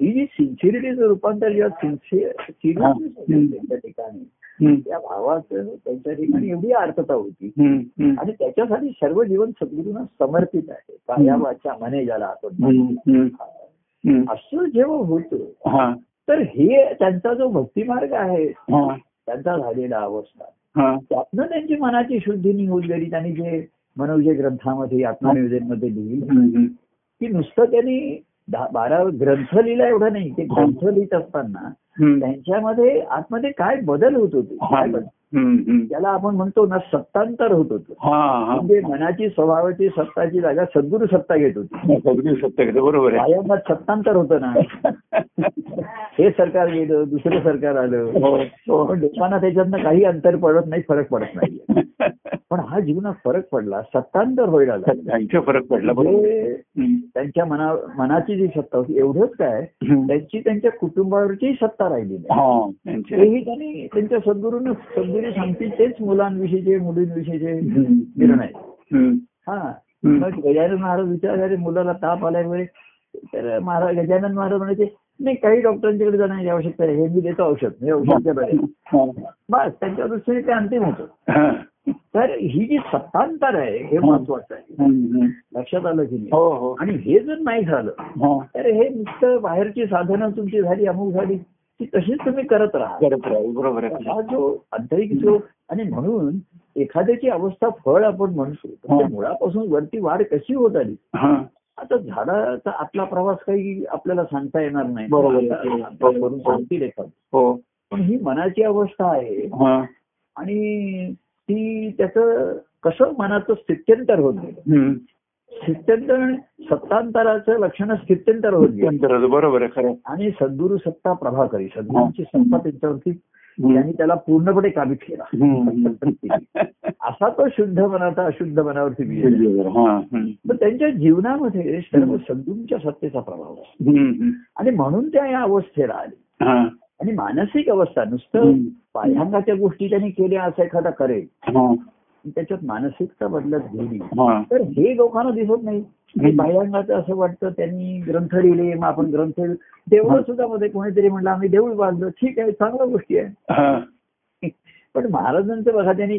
B: ही जी सिन्सिअरिटीचं रूपांतर जेव्हा सिन्सिअर
A: हं.
B: त्यांच्या ठिकाणी
A: हम्म.
B: त्या भावाचं त्यांच्या ठिकाणी एवढी अर्थता होती
A: हम्म. हम्म.
B: आणि त्याच्यासाठी सर्व जीवन सद्गुरूंना समर्पित आहे कायावाच्या मने ज्याला आपण म्हणतो.
A: हम्म. हम्म. हम्म.
B: असं जेव्हा होतं
A: हा.
B: तर हे त्यांचा जो भक्तिमार्ग आहे
A: हा.
B: त्यांचा झालेला अवस्था
A: हा.
B: त्यातनं त्यांची मनाची शुद्धी निघून गेली त्यांनी जे मनोविजय ग्रंथामध्ये आत्मनिवेदन मध्ये लिहिली
A: हम्म.
B: की नुसतं त्यांनी दहा- बारा ग्रंथ लिहिला एवढा नाही ते ग्रंथ लिहित असताना
A: हम्म.
B: त्यांच्यामध्ये आतमध्ये काय बदल होत होते
A: हा.
B: काय बदल?
A: हम्म. हम्म.
B: ज्याला आपण म्हणतो ना सत्तांतर होत होतं
A: हा. हा.
B: म्हणजे मनाची स्वभावाची सत्ताची जागा सद्गुरु सत्ता घेत होती
A: अगदी सत्य खरं बरोबर आहे
B: कायमात सत्तांतर होतं ना हे सरकार गेलं दुसरं सरकार आलं
A: हो. हो.
B: पण लोकांना त्याच्यातनं काही अंतर पडत नाही फरक पडत नाही पण हा जीवनात फरक पडला सत्तांतर व्हायला लागलं.
A: त्यांचा फरक पडला बरोबर
B: म्हणजे
A: हम्म.
B: त्यांच्या मना मनाची जी सत्ता होती एवढंच काय
A: हम्म.
B: त्यांची त्यांच्या कुटुंबावरची सत्ता राहिली नाही
A: हा त्यांचे
B: तेही त्यांनी त्यांच्या सद्गुरूंना सद्गुरू सांगतील तेच मुलांविषयीचे मुलींविषयीचे
A: हम्म.
B: निर्णय
A: हम्म.
B: हा
A: हम्म.
B: मग गजानन महाराज विचार झाले मुलाला ताप आलाय वगैरे तर महाराज गजानन महाराज म्हणायचे नाही काही डॉक्टरांच्याकडे जाण्याची आवश्यकता नाही हे मी देतो औषध हे औषध बरं
A: हा.
B: बस त्यांच्या दृष्टीने ते अंतिम होतं
A: हा.
B: तर ही जी सत्तांतर आहे हे
A: हं.
B: महत्वाचं आहे
A: हम्म.
B: लक्षात आलं की नाही
A: हो हो
B: आणि हे जर नाही झालं
A: हा.
B: तर हे नुसतं बाहेरची साधनं तुमची झाली अमुक झाली ती तशीच तुम्ही करत राहा
A: करत राहील बरोबर
B: तर
A: आहे
B: हा जो आंतरिक जो आणि म्हणून एखाद्याची अवस्था फळ आपण म्हणतो तर त्या
A: हं.
B: मुळापासून वरती वाढ कशी होत आली
A: हा.
B: आता झाडाचा आतला प्रवास काही आपल्याला सांगता येणार नाही
A: बरोबर आहे.
B: आता आपण करून सांगतील एखादं.
A: हो
B: पण ही मनाची अवस्था आहे
A: हा.
B: आणि ती त्याचं कसं मनाचं स्थित्यंतर होत गेलं
A: हम्म.
B: स्थित्यंतर सत्तांतराचं लक्षण स्थित्यंतर होत गेलं
A: अंतराचं बरोबर आहे खरं
B: आणि सद्गुरु सत्ता प्रभाकरी सद्गुरूंची सत्ता त्यांच्यावरती
A: हम्म.
B: त्यांनी त्याला पूर्णपणे काबीत केला
A: हम्म.
B: असा तो शुद्ध मनाचा अशुद्ध मनावरती विजय झाला.
A: बरोबर. हा. हम्म.
B: पण त्यांच्या जीवनामध्ये सर्व सद्गुरूंच्या सत्तेचा प्रभाव आहे
A: हम्म. हम्म.
B: आणि म्हणून त्या या अवस्थेला आले
A: हा.
B: आणि मानसिक अवस्था नुसतं
A: हम्म.
B: बाह्यांगाच्या गोष्टी त्यांनी केल्या असं एखादा करेल
A: हा.
B: पण त्याच्यात मानसिकता बदलत गेली
A: हा.
B: तर हे लोकांना दिसत नाही आणि बाह्यांगाचं असं वाटतं त्यांनी ग्रंथ लिहिले मग आपण ग्रंथ देवळ सुद्धा मध्ये कोणीतरी म्हणलं आम्ही देऊळ बांधलो ठीक आहे चांगल्या गोष्टी आहे
A: हा.
B: पण महाराजांचं बघा त्यांनी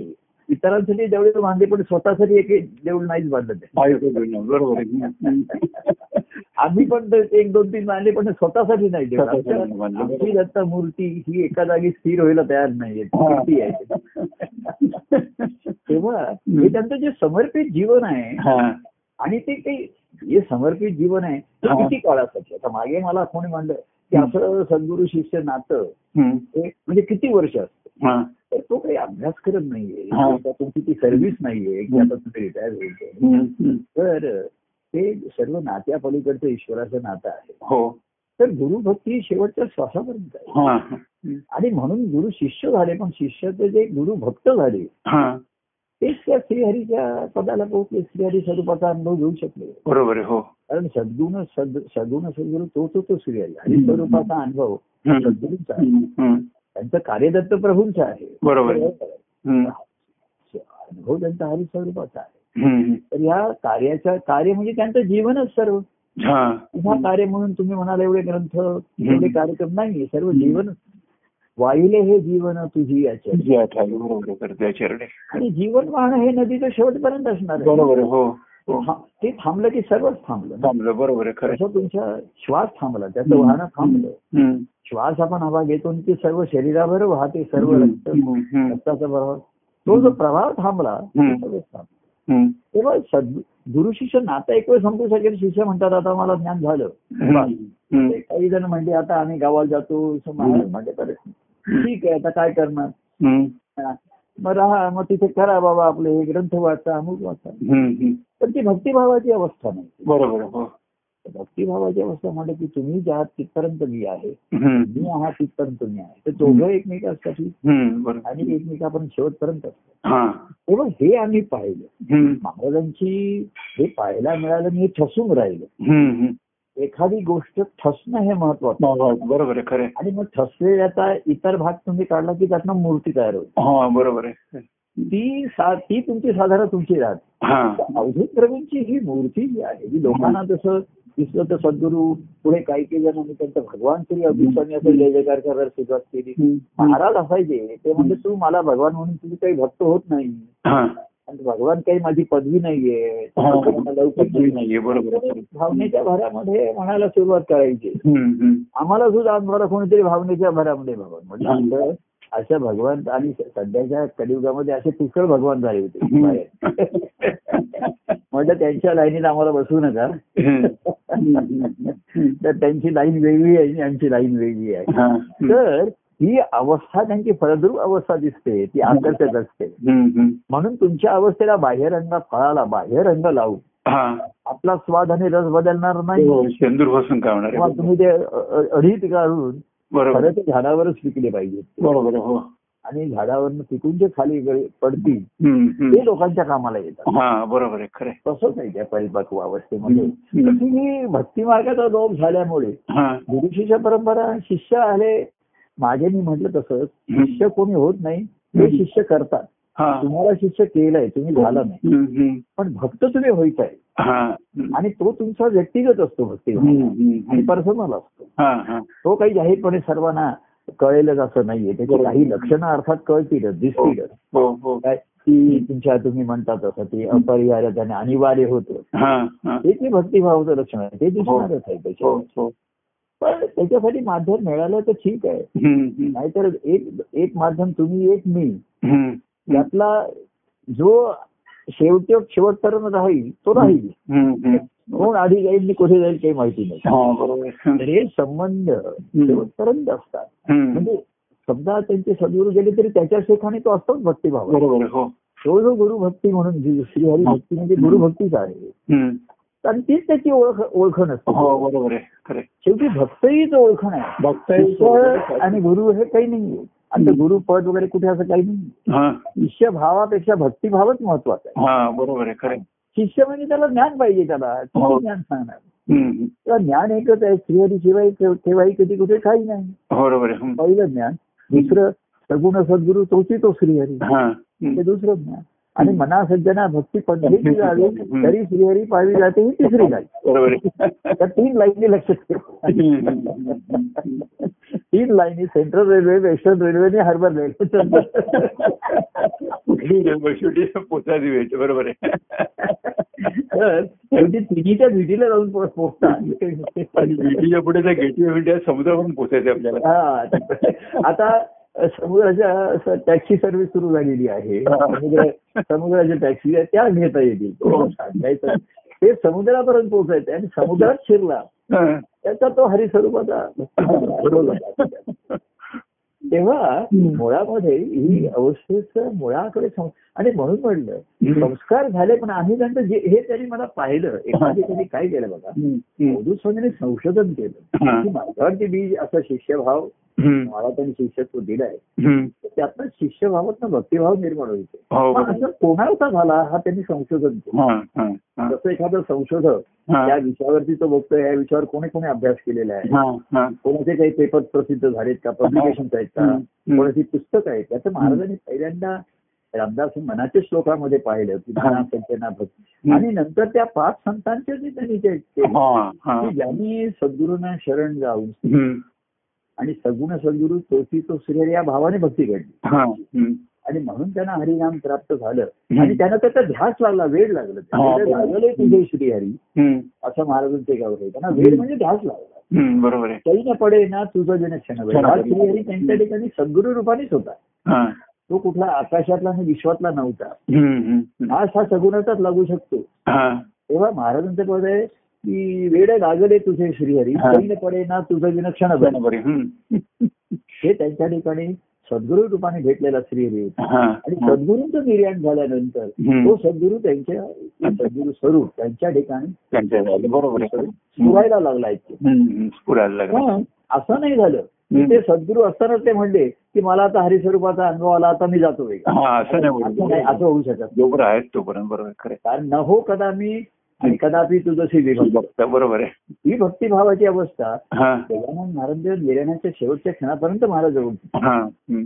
B: इतरांसाठी देवळे बांधले पण स्वतःसाठी एक एक देऊळ नाहीच बांधलं ते
A: बायको घेऊन. बरोबर आहे हम्म.
B: आम्ही पण ते एक दोन तीन बांधले पण स्वतःसाठी नाही देऊळ
A: स्वतःसाठी
B: आमच्या-
A: नाही बांधले.
B: आमची दत्त मूर्ती ही एका जागी स्थिर व्हायला तयार नाहीये मूर्ती आहे तेव्हा हे त्यांचं जे समर्पित जीवन आहे
A: हा.
B: आणि ते काही जे समर्पित जीवन आहे ते
A: हा.
B: किती काळासाठी आता मागे मला कोणी म्हणलं की असं सद्गुरू शिष्य नातं
A: हम्म.
B: हे म्हणजे किती वर्ष असतं
A: हा.
B: तर तो काही अभ्यास करत नाहीये
A: हा.
B: किंवा तुमची ती सर्व्हिस नाहीये की आता तुम्ही रिटायर व्हायचे
A: हम्म. हम्म.
B: तर ते सर्व नात्यापलीकडचं ईश्वराचं नातं आहे
A: हो
B: तर गुरुभक्ती शेवटच्या श्वासापर्यंत आहे
A: हा
B: आणि म्हणून गुरु शिष्य झाले पण शिष्याचे जे गुरु भक्त झाले
A: हा
B: तेच त्या श्रीहरीच्या पदाला पोहोचले श्रीहरी स्वरूपाचा अनुभव घेऊ शकले
A: बरोबर आहे हो
B: कारण सद्गुण सद सद्गुण सद्गुरु तोच होतो श्रीहरी हरी
A: हम्म.
B: स्वरूपाचा अनुभव
A: हम्म.
B: सद्गुरूंचा आहे
A: हम्म, हम्म.
B: त्यांचं कार्यदत्त प्रभूंचं आहे
A: बरोबर आहे. हम्म,
B: अनुभव त्यांचा हरी स्वरूपाचा आहे
A: हम्म.
B: तर या कार्याचा कार्य म्हणजे त्यांचं जीवनच सर्व
A: हा.
B: पुन्हा कार्य म्हणून तुम्ही म्हणाला एवढे ग्रंथ एवढे कार्यक्रम नाही सर्व जीवन वाहिले हे जीवन तुझी याचे
A: जी आठ आहे, बरोबर आहे, करते आचरणे.
B: आणि जीवन वाहणं हे नदीचं शेवटपर्यंत असणार आहे.
A: बरोबर आहे, हो हो.
B: हा, ते थांबलं की सर्वच थांबलं ना.
A: थांबलं बरोबर आहे खरं आहे.
B: तसं तुमच्या श्वास थांबला त्याचं वाहणं थांबलं
A: हम्म.
B: श्वास आपण हवा घेतो आणि ते सर्व शरीरावर वाहते सर्व रक्त
A: हम्म, हम्म,
B: रक्ताचा प्रभाव तो जो प्रभाव थांबला तो
A: हम्म.
B: सर्वच थांबलं.
A: हम्म.
B: तेव्हा सद्गु गुरु शिष्य नातं एक वेळ संपू शकेल शिष्य म्हणतात आता मला ज्ञान झालं
A: हम्म, हम्म.
B: ते काही जण म्हणले आता आम्ही गावाला जातो असं महाराज म्हणले तर ठीक आहे आता काय करणार
A: हम्म,
B: हा. मग राहा मग तिथे करा बाबा आपले हे ग्रंथ वाचा अमुक वाचा
A: हम्म, हम्म.
B: पण ती भक्तिभावाची अवस्था नाही
A: बरोबर आहे, हो
B: भक्तिभावाची अवस्था म्हणजे की तुम्ही ज्या आहात तिथपर्यंत मी आहे
A: हम्म,
B: मी आहात तिथपर्यंत तुम्ही आहे तर दोघं एकमेकांसाठी
A: हम्म, बरोबर
B: आणि एकमेकापर्यंत शेवटपर्यंत असतो
A: हा
B: तेव्हा हे आम्ही पाहिलं
A: हम्म,
B: महाराजांची हे पाहायला मिळालं आणि हे ठसून राहिलं
A: हम्म, हम्म.
B: एखादी गोष्ट ठसणं हे महत्वाचं
A: बरोबर आहे खरं आहे.
B: आणि मग ठसलेल्याचा इतर भाग तुम्ही काढला की त्यातनं मूर्ती तयार होती
A: हा बरोबर आहे
B: ती सा ती तुमची साधारण तुमची राहते
A: हा
B: अवधूत प्रभूंची ही मूर्ती जी आहे जी लोकांना जसं दिसलं तर सद्गुरू पुढे काही काही जणांनी त्यांचं भगवान श्री अवधूत स्वामी असं जय जयकार करायला सुरुवात केली महाराज असायचे ते म्हणजे तू मला भगवान म्हणून तुझे काही भक्त होत नाही
A: हा
B: आणि भगवान काही माझी पदवी नाहीये
A: हा.
B: मला उपदवी नाही.
A: नाहीये बरोबर आहे.
B: भावनेच्या भरामध्ये म्हणायला सुरुवात करायची
A: हम्म, हम्म.
B: आम्हाला सुद्धा आम्हाला कोणीतरी भावनेच्या भरामध्ये भगवान म्हणजे
A: हा.
B: असं अशा भगवान आणि सध्याच्या कलियुगामध्ये असे पुष्कळ भगवान झाले होते बाहेर. म्हटलं त्यांच्या लाईनीत आम्हाला बसवू नका तर त्यांची लाईन वेगळी आहे आणि आमची लाईन वेगळी आहे
A: हा.
B: तर ही अवस्था त्यांची फळद्रूप अवस्था दिसते ती आकर्षक असते
A: हम्म, हम्म.
B: म्हणून तुमच्या अवस्थेला बाह्य रंग फळाला बाह्य रंग लावू
A: हा.
B: आपला स्वाद आणि रस बदलणार नाही
A: हो, शेंदूर पासून काय होणार
B: किंवा
A: आहे?
B: तुम्ही ते अ- अ- अडीत काढून
A: बरोबर
B: खरं ते झाडावरच पिकले पाहिजे
A: बरोबर आहे, हो
B: आणि झाडावरनं पिकून जे खाली गळ- पडतील
A: हम्म,
B: ते
A: हम्म.
B: लोकांच्या कामाला येतात
A: हा बरोबर आहे खरं आहे.
B: तसंच आहे त्या परिपक्व अवस्थेमध्ये
A: हम्म.
B: तशी ही भक्तिमार्गाचा लोप झाल्यामुळे
A: हा
B: गुरु शिष्य परंपरा शिष्य आले माझे मी म्हटलं तसंच शिष्य कोणी होत नाही हे
A: हम्म.
B: शिष्य करतात
A: हा
B: तुम्हाला शिष्य केलंय तुम्ही झाला नाही
A: हम्म, हम्म.
B: पण भक्त तुम्ही व्हायचं आहे
A: हा हम्म,
B: आणि तो तुमचा व्यक्तिगत असतो भक्ती
A: हम्म,
B: आणि
A: हम्म.
B: पर्सनल असतो
A: हा हा
B: तो काही जाहीरपणे सर्वांना कळेलच असं नाहीये त्याची काही लक्षणं अर्थात कळतीलच दिसतीलच
A: हो हो
B: काय की तुमच्या तुम्ही म्हणता तसं ते अपरिहार्य आणि अनिवार्य होतं
A: हा हा
B: ते जे भक्तिभावाचं लक्षण आहे ते दिसणारच आहे
A: हो
B: त्याच्यावर
A: हो
B: पण त्याच्यासाठी माध्यम मिळालं तर ठीक आहे
A: हम्म, हम्म.
B: नाहीतर एक एक माध्यम तुम्ही एक मी
A: हम्म, हम्म.
B: त्यातला जो शेवटी शेवटपर्यंत राहील तो राहील
A: हम्म, हम्म.
B: कोण आधी जाईल आणि कुठे जाईल काही माहिती नाही
A: हा बरोबर आहे.
B: तर हे संबंध शेवटपर्यंत असतात
A: हम्म.
B: म्हणजे समजा त्यांचे सद्गुरू गेले तरी त्याच्या ठिकाणी तो असतोच भक्तिभाव
A: बरोबर आहे, हो
B: तो जो गुरु भक्ती म्हणून जी श्रीहरी भक्ती म्हणजे गुरु भक्तीच आहे
A: हम्म.
B: आणि तीच त्याची ओळख ओळखण असते
A: हो बरोबर आहे खरे
B: शेवटी भक्त हीच ओळखण आहे ईश्वर आणि गुरु हे काही नाहीये आता गुरु पद वगैरे कुठे असं काही नाही
A: हा
B: शिष्य भावापेक्षा भक्तिभावच महत्वाचा आहे
A: हा बरोबर आहे खरे
B: शिष्य म्हणजे त्याला ज्ञान पाहिजे त्याला
A: हो.
B: किती ज्ञान सांगणार
A: हम्म.
B: तेव्हा ज्ञान एकच आहे श्रीहरी शिवाय ठेवाई कधी कुठे काही नाही
A: हो, बरोबर आहे हम्म.
B: पहिलं ज्ञान दुसरं सगुण सद्गुरु तोची तो श्रीहरी
A: हा
B: ते
A: हम्म.
B: दुसरं ज्ञान आणि मना सज्जना भक्ती पंधरीची जावी
A: हम्म.
B: तरी श्रीहरी पावी जाते ही तिसरी लाईन
A: बरोबर आहे
B: त्या तीन लाईनी लक्षात ठेव
A: हम्म.
B: तीन लाईनी सेंट्रल रेल्वे वेस्टर्न रेल्वे आणि हार्बर रेल्वे
A: कुठली रेल्वे शेवटी पोचायची वेळ बरोबर आहे
B: तर शेवटी तिन्हीच्या भेटीला जाऊन पो-
A: आणि
B: पोहोचतात
A: विटीच्या पुढे त्या गेटवे ऑफ इंडिया समुद्रावरून पोचायचं आपल्याला
B: हा आता समुद्राच्या स- टॅक्सी सर्व्हिस सुरू झालेली आहे समुद्र समुद्राच्या टॅक्सी आहेत त्या घेता येतील
A: हो.
B: सांगायचं ते समुद्रापर्यंत पोहोचायचं आणि समुद्रात शिरला
A: हा.
B: त्याचा तो हरिस्वरूपाचा
A: बरोबर.
B: ते तेव्हा
A: हम्म.
B: मुळामध्ये ही अवस्थेचं मुळाकडे सं- आणि म्हणून म्हणलं
A: हम्म.
B: संस्कार झाले पण आम्ही नंतर जे हे त्यांनी मला पाहिलं एखादी त्यांनी काय केलं बघा अवधूत स्वामीने संशोधन केलं
A: हा.
B: की माझ्यावरती बीज असा शिष्यभाव
A: हम्म.
B: मला त्यांनी शिष्यत्व दिलाय
A: हम्म.
B: तर त्यातनं शिष्यभावातनं भक्तिभाव निर्माण व्हायचे
A: हो
B: पण असं कोणाचा झाला हा त्यांनी संशोधन केलं
A: हा, हा, हा.
B: जसं एखादा संशोधक
A: हा.
B: त्या विषयावरती तो बघतोय या विषयावर कोणी कोणी अभ्यास केलेला आहे
A: हा, हा.
B: कोणाचे काही पेपर प्रसिद्ध झालेत का पब्लिकेशन आहेत का
A: हम्म. हम्म.
B: कोणाची पुस्तकं आहेत त्याचं महाराजांनी पहिल्यांदा रामदास मनाच्या श्लोकामध्ये पाहिलं की
A: हा.
B: नाना संतना भक्ती आणि नंतर त्या पाच संतांचे जे त्यांनी जे केलं,
A: हा, हा.
B: की ज्यांनी सद्गुरूंना शरण जाऊन
A: हम्म.
B: आणि सगुण सद्गुरू तोची तो श्रेय या भावाने भक्ती घडली
A: हा, हम्म.
B: आणि म्हणून त्यांना हरिनाम प्राप्त झालं
A: हम्म.
B: आणि त्यांना त्याचा ध्यास लागला वेळ लागला
A: हा.
B: त्याला लागले तुझे श्रीहरी
A: हम्म.
B: असं महाराजांचे गाव आहे त्यांना
A: हम्म.
B: वेळ म्हणजे ध्यास लागला
A: हम्म. बरोबर आहे
B: तरी न पडे ना तुझं जन क्षण
A: क्षण
B: हा श्रीहरी त्यांच्या ठिकाणी सद्गुरू रूपानेच होता
A: हा.
B: तो कुठला आकाशातला आणि विश्वातला नव्हता
A: हम्म. हम्म.
B: आज हा सगुणाचाच लागू शकतो
A: हा.
B: तेव्हा महाराजांचं पद आहे की वेड लागले तुझे श्रीहरी
A: हा.
B: तरी न पडे ना तुझं जन क्षण
A: बरोबर आहे. हम्म.
B: हे त्यांच्या ठिकाणी सद्गुरू रूपाने भेटलेला श्रीहरी होता
A: हा.
B: आणि सद्गुरूंचं निर्याण झाल्यानंतर
A: हम्म.
B: तो सद्गुरू त्यांच्या सद्गुरू स्वरूप त्यांच्या ठिकाणी
A: त्यांच्या जागी. बरोबर आहे. हम्म.
B: सुरायला लागला इतके
A: हम्म. स्फुरायला लागला
B: पण असं नाही झालं की
A: हम्म.
B: ते सद्गुरू असताना ते म्हणले की मला आता हरिस्वरूपाचा अनुभव आला आता मी जातो वेगळा.
A: हा असं नाही
B: असं नाही असं
A: बरोबर
B: होऊ शकत नाही.
A: जोपर्यंत आहेत तोपर्यंत बरोबर आहे. खरं आहे.
B: कारण न हो कदा मी आणि कदापि तुझशी विभक्त
A: बघता बरोबर आहे
B: ही भक्तिभावाची अवस्था
A: हा
B: गजानन महाराज निर्याणाच्या शेवटच्या क्षणापर्यंत महाराज जवळ होते.
A: हा हम्म.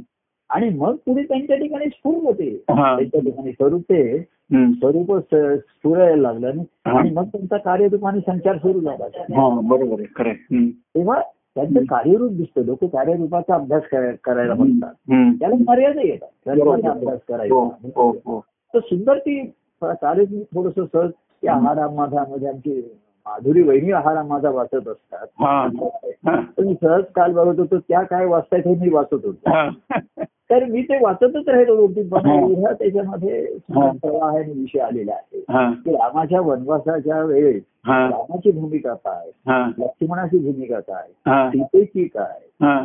B: आणि मग पुढे त्यांच्या ठिकाणी स्फुर होते
A: हा
B: त्यांच्या ठिकाणी स्वरूप ते
A: हम्म.
B: स्वरूप स- स्फुर यायला लागलं आणि-
A: हा.
B: आणि मग त्यांचा कार्यरूपाने संचार सुरू झाला
A: हा बरोबर आहे खरं आहे. हम्म.
B: तेव्हा त्यांचं
A: हम्म.
B: कार्यरूप दिसतं लोक कार्यरूपाचा अभ्यास करा- करायला बघतात
A: हम्म.
B: त्याला मर्यादा येतात कार्यरूपाचा अभ्यास
A: हो
B: करायचा
A: हो हो
B: तर सुंदर ती कार्य थोडस सहज की आहारा माझा मध्ये आमची माधुरी वहिनी आहारा माझा वाचत असतात
A: हा हा.
B: तर मी सहज काल बघत होतो त्या काय वाचतायत हे मी वाचत होतो
A: हा.
B: तर मी ते वाचतच राहिलो
A: हा.
B: व्यक्तीपणे एवढा त्याच्यामध्ये
A: हा.
B: प्रवाह आणि विषय आलेला आहे
A: हा.
B: की रामाच्या वनवासाच्या वेळेस
A: हा.
B: रामाची भूमिका काय
A: हा.
B: लक्ष्मणाची भूमिका काय
A: हा.
B: सीतेची काय
A: हा.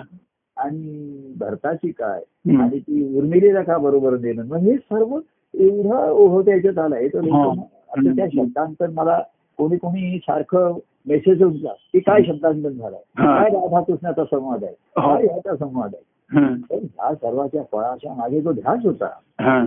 B: आणि भरताची काय
A: हम्म.
B: आणि ती उर्मिलेला का बरोबर देणं मग हे सर्व एवढा ओहोट याच्यात आलाय तर
A: हा.
B: लोकांना असं त्या
A: हम्म.
B: शब्दांतर मला कोणी कोणी सारखं मेसेज होता की काय शब्दांतर झालाय
A: हा.
B: काय राधाकृष्णाचा संवाद आहे
A: हो.
B: काय ह्याचा संवाद आहे
A: हा.
B: तर ह्या सर्वाच्या फळाच्या मागे जो ध्यास होता
A: हा.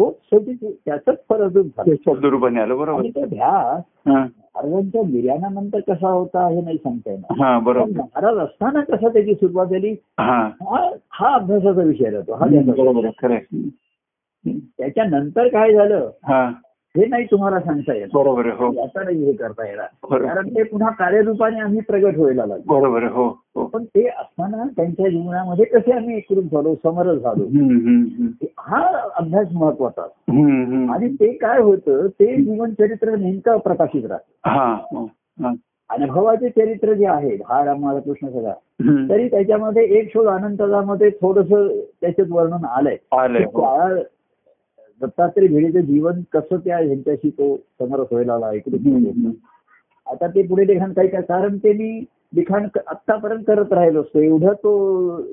B: तो शेवटी ते- त्याचाच फरक झाला
A: ते शब्दरूपाने आलं
B: आणि
A: बरोबर
B: तो ध्यास
A: हा.
B: महाराजांच्या निर्याणानंतर कसा होता हे नाही सांगता येणार
A: हा
B: पण
A: बरोबर
B: महाराज असताना कसा त्याची सुरुवात झाली
A: हा
B: हा हा अभ्यासाचा विषय राहतो हा
A: हम्म,
B: ध्यासाचा
A: बरोबर आहे. खरं आहे. हम्म.
B: त्याच्यानंतर काय झालं
A: हा
B: हे नाही तुम्हाला सांगता येणार
A: बरोबर आहे हो
B: आता नाही हे करता येणार
A: बरोबर.
B: कारण ते पुन्हा कार्यरूपाने आम्ही प्रगट व्हायला लागलो
A: बरोबर आहे हो हो
B: पण ते असताना त्यांच्या जीवनामध्ये कसे आम्ही एकरूप झालो समरस झालो
A: हम्म, हम्म,
B: हा अभ्यास महत्वाचा
A: हम्म. हम्म,
B: आणि
A: हम्म.
B: ते काय होतं ते जीवन चरित्र नेमकं प्रकाशित राहतं
A: हा हो. हा.
B: अनुभवाचे चरित्र जे आहे हा राम मला कृष्ण सगळा
A: हम्म.
B: तरी त्याच्यामध्ये एक शोध आनंदामध्ये थोडस त्याच्यात वर्णन आलंय
A: आलंय हो.
B: बाळा दत्तात्रय भिडेचं जीवन कसं त्या ह्यांच्याशी तो समरस व्हायला आला एकरूप
A: हम्म,
B: झाला.
A: हम्म.
B: आता ते पुढे लिखाण काही काय कारण ते मी लिखाण क- आत्तापर्यंत करत राहिलो असतो एवढा तो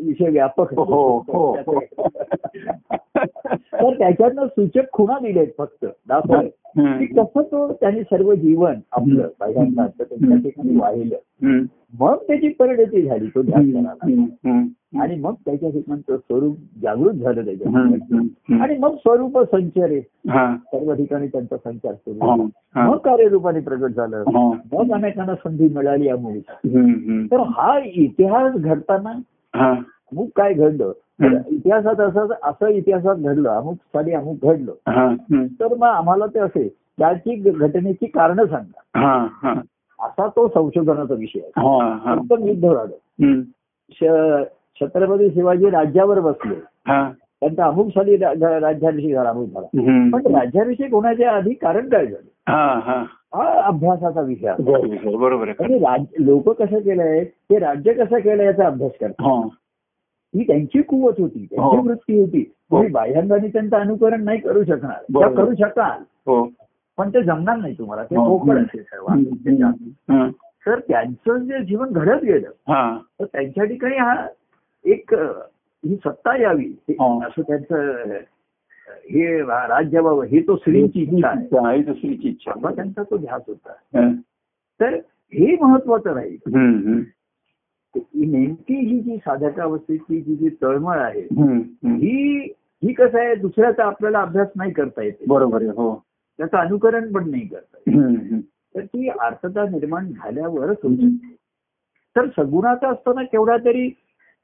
B: विषय व्यापक
A: हो
B: आहे.
A: हो हो.
B: तर त्याच्यातनं सूचक खुणा दिलेत फक्त दाखवले की
A: हम्म,
B: कसं तो त्याने सर्व जीवन आपलं बायकांचं असतं, त्यांच्या ठिकाणी वाहिलं
A: हम्म.
B: मग त्याची परिणती झाली तो ध्यान करायला.
A: हम्म, हम्म.
B: आणि मग त्याच्या ठिकाणचं स्वरूप जागृत झालं
A: हम्म,
B: त्याच्या
A: हम्म, हम्म.
B: आणि मग स्वरूप संचरे
A: हा,
B: सर्व ठिकाणी त्यांचा संचार
A: हा,
B: सुरू
A: हा.
B: मग कार्यरूपाने प्रगट झालं
A: हा.
B: मग अनेकांना संधी मिळाली या मुलीची
A: हम्म, हम्म.
B: तर हा इतिहास घडताना
A: हा,
B: अमुक काय घडलं तर इतिहासात असं असं इतिहासात घडलं अमुक साली अमुक घडलं
A: हा, हम्म.
B: तर मग आम्हाला ते असे त्याची घटनेची कारणं सांगा
A: हा, हा.
B: असा तो संशोधनाचा विषय आहे
A: हा, हा.
B: फक्त युद्ध झालं
A: हम्म.
B: श- छत्रपती शिवाजी राज्यावर बसले
A: हा. त्यांचा
B: त्यांचा अमुक साली रा- रा- राज्याभिषेक झाला अमुक झाला
A: हम्म.
B: पण राज्याभिषेक होण्याच्या आधी कारण काय झालं
A: हा, हा.
B: हा अभ्यासाचा विषय आहे.
A: बरोबर आहे, बरोबर आहे
B: म्हणजे राज्य लोक कसं केलंय ते राज्य कसं केलं याचा अभ्यास करतात
A: हा.
B: ही त्यांची कुवत होती
A: हो.
B: त्यांची वृत्ती होती तुम्ही बाह्यांनी त्यांचं अनुकरण नाही करू शकणार त्या
A: बरोबर.
B: करू शकाल
A: हो
B: पण ते जमणार नाही तुम्हाला ते
A: हो.
B: पोकळ असेल सर्व
A: हम्म, हम्म. हा.
B: तर त्यांचं जे जीवन घडत गेलं
A: हा
B: तर त्यांच्या ठिकाणी हा एक अ, ही सत्ता यावी हे-
A: हा.
B: असं त्यांचं हे रा- राज्य व्हावं हे तो श्रींची
A: 음,
B: इच्छा आहे
A: आहे दुसरीची इच्छा
B: तेव्हा त्यांचा तो ध्यास होता
A: हं.
B: तर हे महत्वाचं राहील
A: हं, हं.
B: की नेमकी ही जी साधकावस्थेची जी जी तळमळ आहे
A: हं, हं.
B: ही ही कसं आहे दुसऱ्याचा आपल्याला अभ्यास नाही करता येते
A: बरोबर आहे हो
B: त्याचं अनुकरण पण नाही करता येत
A: हं, हं.
B: तर ती अर्थता निर्माण झाल्यावरच होऊ
A: 음,
B: शकते तर सगुणाचा असताना केवढा तरी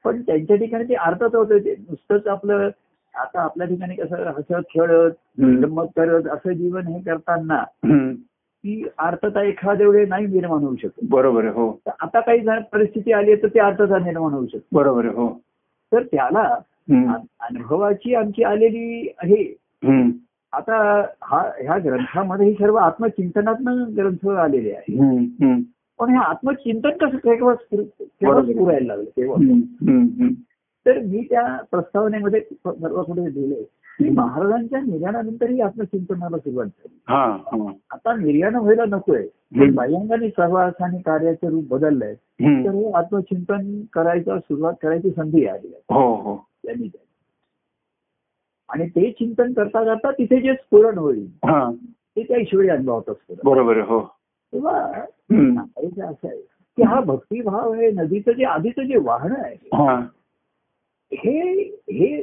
B: पण त्यांच्या ठिकाणी ते अर्थात होतं ते नुसतंच आपलं आता आपल्या ठिकाणी कसं हसत खेळत
A: हं.
B: गंमत करत असं जीवन हे करताना
A: हं.
B: ती अर्थता एखाद्या वेळी नाही निर्माण होऊ शकत
A: बरोबर आहे हो
B: तर आता काही जण परिस्थिती आली आहे तर ती अर्थता निर्माण होऊ शकते
A: बरोबर आहे हो
B: तर त्याला
A: हं.
B: अन- अनुभवाची आमची आलेली आहे
A: हं.
B: आता हा ह्या ग्रंथामध्ये हे सर्व आत्मचिंतनात्मक ग्रंथ आलेले आहे
A: हं, हं.
B: पण हे आत्मचिंतन कसं केव्हा स्फुर- केव्हा
A: बरोबर.
B: स्फुरायला लागलं तेव्हा
A: हं, हं, हं.
B: तर मी त्या प्रस्तावनेमध्ये सर्व कुठे दिले की
A: 음.
B: महाराजांच्या निर्याणानंतरही आत्मचिंतनाला सुरुवात झाली
A: हा हा.
B: आता निर्याण व्हायला नकोय
A: हम्म.
B: बाह्यांगाने सहवास आणि कार्याचं रूप बदललंय तर
A: हं.
B: हे आत्मचिंतन करायचा सुरुवात करायची संधी आली आहे
A: हो हो
B: त्यांनी आणि ते चिंतन करता करता तिथे जे स्फुरण होईल
A: हा
B: ते त्या ईश्वरी अनुभवत स्फुरण
A: बरोबर आहे हो
B: तेव्हा
A: हं.
B: सांगायचं असं आहे की हा भक्तिभाव आहे नदीचं जे आधीचं जे वाहन आहे
A: हा
B: हे हे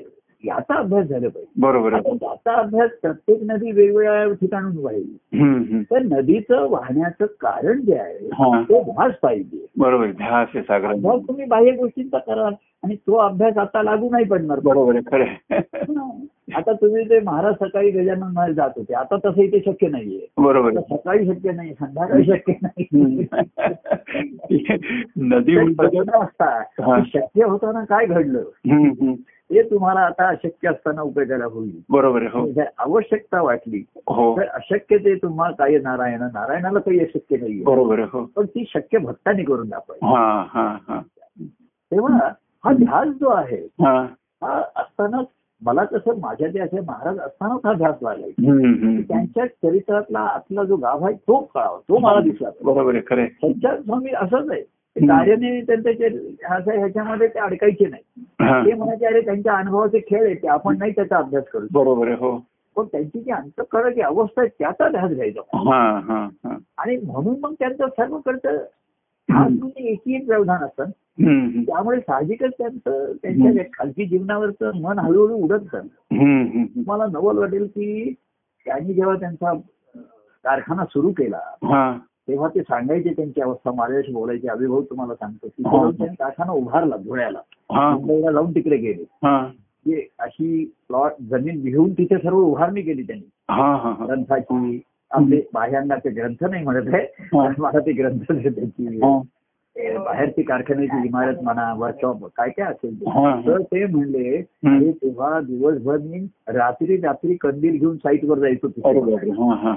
B: याचा अभ्यास झाला पाहिजे
A: बरोबर आहे
B: आता याचा अभ्यास प्रत्येक नदी वेगवेगळ्या ठिकाणून वाहील
A: हं, हं.
B: तर नदीचं वाहण्याचं कारण जे आहे
A: हा
B: ते ध्यास पाहिजे
A: बरोबर आहे. ध्यास आहे सागरांचा
B: अभ्यास तुम्ही बाह्य गोष्टींचा कराल आणि तो अभ्यास आता लागू नाही पडणार
A: बरोबर आहे खरं आहे.
B: आता तुम्ही ते महाराज सकाळी गजानन महाराज जात होते आता तसं इथे शक्य नाहीये
A: बरोबर
B: आता
A: आहे.
B: सकाळी शक्य नाही संध्याकाळी शक्य नाही
A: नदी
B: तर
A: म्हणजे-
B: प्रश्न असता
A: हा.
B: की शक्य होताना काय घडलं
A: हं, हं.
B: ते तुम्हाला आता अशक्य असताना उपयोगाला होईल
A: बरोबर आहे
B: जर आवश्यकता वाटली
A: हो हो
B: तर अशक्य ते तुम्हाला काय नारायण नारायणाला काही अशक्य नाहीये
A: बरोबर आहे हो
B: पण ती शक्य भक्ताने करून दाखवायची
A: हा हा हा
B: तेव्हा हा ध्यास जो आहे
A: हा
B: हा असतानाच मला कसं माझ्या ते असे महाराज असतानाच हा ध्यास लागायचा
A: हं, हं.
B: त्यांच्या चरित्रातला आतला जो गाभ आहे तो कळावा तो मला दिसला पाहिजे.
A: बरोबर आहे खरं आहे.
B: सच्चा स्वामी असंच आहे ते कार्याने त्यांच्या चरि- असं ह्याच्यामध्ये ते अडकायचे नाही
A: हा.
B: ते म्हणायचे अरे त्यांच्या अनुभवाचे खेळ आहे ते आपण नाही त्याचा अभ्यास करू
A: बरोबर आहे हो
B: पण त्यांची जी अंतकरणाची अवस्था आहे त्याचा ध्यास घ्यायचा
A: हा हा हा
B: आणि म्हणून मग त्यांचं सर्व कडचं ध्यास म्हणजे एकी एक व्यवधान असतात
A: हं, हं.
B: त्यामुळे साहजिकच त्यांचं त्यांच्या ज्या खाजगी जीवनावरचं मन हळूहळू उडत जातं
A: हं, हं, हं.
B: तुम्हाला नवल वाटेल की त्यांनी जेव्हा त्यांचा अं, कारखाना सुरू केला
A: हा
B: तेव्हा ते सांगायचे त्यांची अवस्था माझ्याशी बोलायचे अभिभाव तुम्हाला सांगतो की
A: हा.
B: तेव्हा त्यांनी कारखाना उभारला धुळ्याला
A: हो, हा
B: मुंबईला लावून तिकडे गेले
A: हा
B: जे अशी प्लॉट जमीन घेऊन तिथे सर्व उभारणी केली त्यांनी
A: हा हा हा
B: ग्रंथाची आपले बाह्यांगाचे ग्रंथ नाही म्हणत आहे
A: हा.
B: मला ते ग्रंथ नाही त्याची
A: हा.
B: ते बाहेरची कारखान्याची इमारत म्हणा वर्कशॉप काय काय असेल ते.
A: हा.
B: तर ते म्हणले
A: हम्म.
B: अरे तेव्हा दिवसभर मी रात्री रात्री कंदील घेऊन साईटवर जायचो
A: अरे
B: तिथे
A: बापरे. हा हा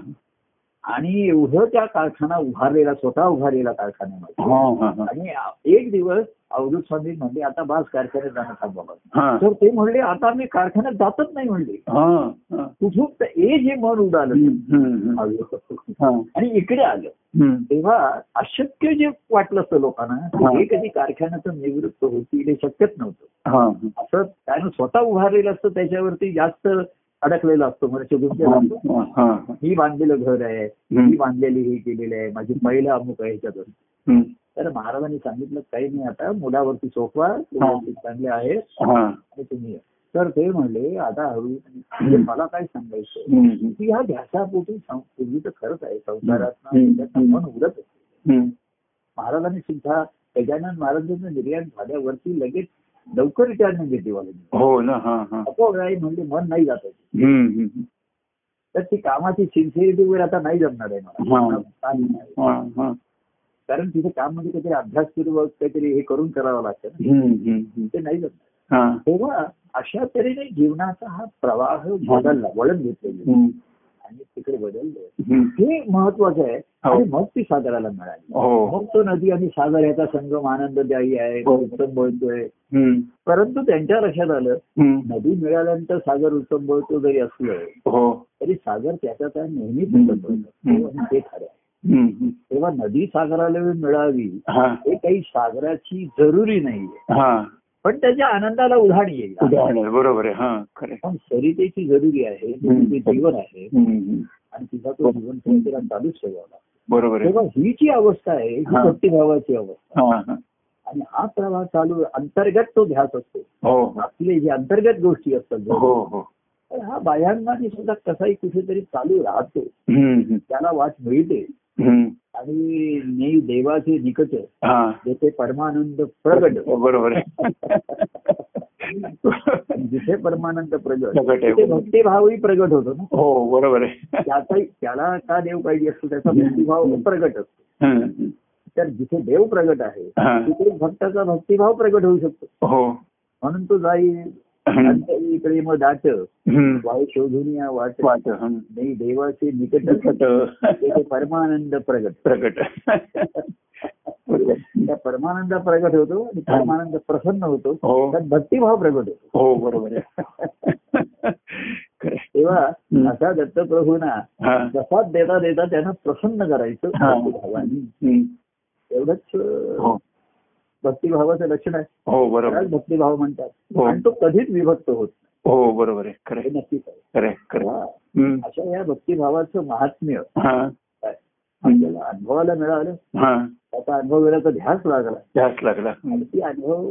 B: आणि एवढं त्या कारखाना उभारलेला स्वतः उभारलेला कारखान्यामध्ये
A: हा हा हा
B: आणि आ- एक दिवस अवधूत स्वामी म्हणले आता बास कारखान्यात जाणं थांबवा बघ.
A: हा
B: तर ते म्हणले आता मी कारखान्यात जातच नाही म्हणले
A: हा हा.
B: कुठून तर हे जे मन उडालं
A: हम्म, हम्म, हम्म.
B: अवधूत.
A: हा.
B: आणि इकडे आलं
A: हम्म.
B: तेव्हा अशक्य जे वाटलं असतं लोकांना
A: हा.
B: ते कधी कारखान्याचं निवृत्त होतील हे शक्यच नव्हतं
A: हा.
B: असं त्यानं स्वतः उभारलेलं असतं त्याच्यावरती जास्त अडकलेलं असतो म्हणजे गुंतलेला असतो
A: हा, हा, हा.
B: ही बांधलेलं घर आहे ही
A: हम्म,
B: बांधलेली हे केलेलं आहे माझी पहिला अमुक आहे ह्याच्यातून
A: हम्म.
B: तर महाराजांनी सांगितलं काही नाही आता मुलावरती सोपवा
A: हो.
B: व्यवस्थित चांगले आहे
A: हा.
B: आणि तुम्ही या. तर ते म्हणले आता हळू म्हणजे
A: हम्म.
B: मला काय सांगायचं
A: हम्म,
B: की ह्या ध्यासापोटी सं- पूर्वी तर खरंच आहे संसारात
A: हम्म.
B: मन उडत असतं.
A: हम्म.
B: महाराजांनी सुद्धा गजानन महाराजांचं निर्याण झाल्यावरती लगेच लवकर रिटायरमेंट घेते वाला
A: हो ना हा हा
B: अपवाय म्हणजे मन नाही जात आहे.
A: हम्म, हम्म.
B: तर ती कामाची सिन्सिअरिटी वगैरे आता नाही जमणार आहे मला
A: हा.
B: चालेल नाही.
A: हा, हा.
B: कारण तिथे काम म्हणजे काहीतरी अभ्यासपूर्वक काहीतरी हे करून करावं लागतं ना.
A: हम्म, हम्म.
B: ते नाही जमणार
A: हा.
B: तेव्हा अशा तऱ्हेने जीवनाचा हा प्रवाह बदलला वळण घेतलेलं
A: हम्म,
B: आणि तिकडे बदललं
A: हम्म.
B: हे महत्वाचं आहे
A: हो.
B: आणि मग ती सागराला मिळाली
A: हो
B: मग तो नदी आणि सागर याचा संगम आनंददायी आहे
A: हो.
B: उत्तम बोलतोय
A: हम्म,
B: परंतु त्यांच्या लक्षात आलं
A: हम्म.
B: नदी मिळाल्यानंतर सागर उत्तम बोलतो जरी असलं
A: हो
B: तरी सागर त्याचा त्या नेहमीच
A: हम्म.
B: उत्तम बोलतो
A: हम्म.
B: हो, ते खरं आहे.
A: हम्म, हम्म.
B: तेव्हा नदी सागराला मिळावी
A: हा
B: हे काही सागराची जरुरी नाहीये
A: हा
B: पण त्याच्या आनंदाला उधाण येईल
A: उदाहरण आहे, बरोबर आहे हा खरं आहे.
B: पण सरितेची जरुरी आहे म्हणजे ते जीवन आहे
A: हम्म, हम्म.
B: आणि तिचा तो जीवन संचलन चालूच ठेवावा
A: बरोबर आहे
B: तेव्हा ही जी अवस्था आहे ही
A: हा.
B: भक्तिभावाची अवस्था
A: हा, हा.
B: आणि हा प्रवाह चालू अंतर्गत तो ध्यास असतो
A: हो हो.
B: आपले जे अंतर्गत गोष्टी असतात
A: हो हो
B: तर हा बाह्यांमध्ये सुद्धा कसाही कुठेतरी चालू राहतो
A: हम्म, हम्म,
B: त्याला वाट मिळते
A: हम्म.
B: आणि मी देवाचे निकट
A: हा
B: जेथे परमानंद प्रगट
A: बरोबर आहे
B: जिथे परमानंद प्रगट
A: प्रगट आहे.
B: तिथे भक्तिभावही प्रगट होतो ना
A: हो बरोबर आहे
B: त्याचा त्याला का देव पाहिजे असतो त्याचा भक्तिभाव प्रगट असतो
A: हम्म.
B: तर जिथे देव प्रगट आहे
A: हा.
B: तिथे भक्ताचा भक्तिभाव प्रगट होऊ शकतो
A: हो
B: म्हणून तो जाईल
A: हम्म.
B: इकडे मग दाट
A: हम्म.
B: वाय शोधून या वाट
A: वाट हम्म.
B: नाही देवाचे निकट तेथे परमानंद प्रगट
A: प्रगट बरोबर.
B: त्या परमानंद प्रगट होतो आणि परमानंद प्रसन्न होतो
A: हो.
B: त्यात भक्तिभाव प्रगट होतो
A: हो बरोबर आहे खरं आहे.
B: तेव्हा
A: हं.
B: असा दत्तप्रभूंना
A: हा.
B: प्रसाद देता देता त्यांना प्रसन्न करायचं
A: हा.
B: भक्तिभावाने
A: हम्म.
B: एवढंच अं,
A: हो
B: भक्तिभावाचं लक्षण आहे
A: हो बरोबर
B: त्यालाच भक्तिभाव म्हणतात
A: हो.
B: आणि तो कधीच विभक्त होत नाही.
A: हो बरोबर आहे खरं
B: हे
A: आहे.
B: नक्कीच आहे
A: खरं आहे, खरं आहे.
B: तेव्हा
A: हम्म.
B: अशा या भक्तिभावाचं महात्म्य
A: हा
B: आहे. आपल्याला अनुभवाला मिळालं
A: हा
B: त्याचा अनुभव वेळाचा ध्यास लागला
A: जास्त लागला
B: आणि
A: हम्म.
B: ती अनुभव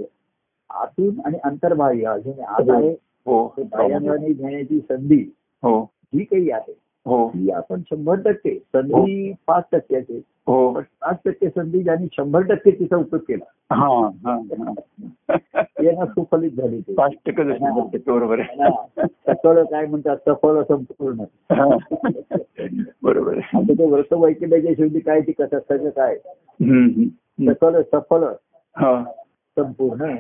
B: आतून आणि अंतर्बाह्य अजून आत आहे
A: हो
B: ते बाह्यांगाने घेण्याची संधी
A: हो
B: जी काही आहे
A: हो
B: ती आपण शंभर टक्के संधी पाच टक्क्याची आहे.
A: हो
B: पण पाच टक्के संधी ज्यांनी शंभर टक्के तिचा उपयोग केला
A: हा हा हा.
B: यांना सुफलित झाली ते
A: पाच टक्के जशी बघते, बरोबर आहे
B: त्यांना सफळ काय म्हणतात सफळ संपूर्ण
A: हा. बरोबर आहे
B: आता ते व्रत वैकल्याच्या शेवटी काय ती कसं असतं काय
A: हम्म, हम्म.
B: सकल सफल
A: हा.
B: संपूर्ण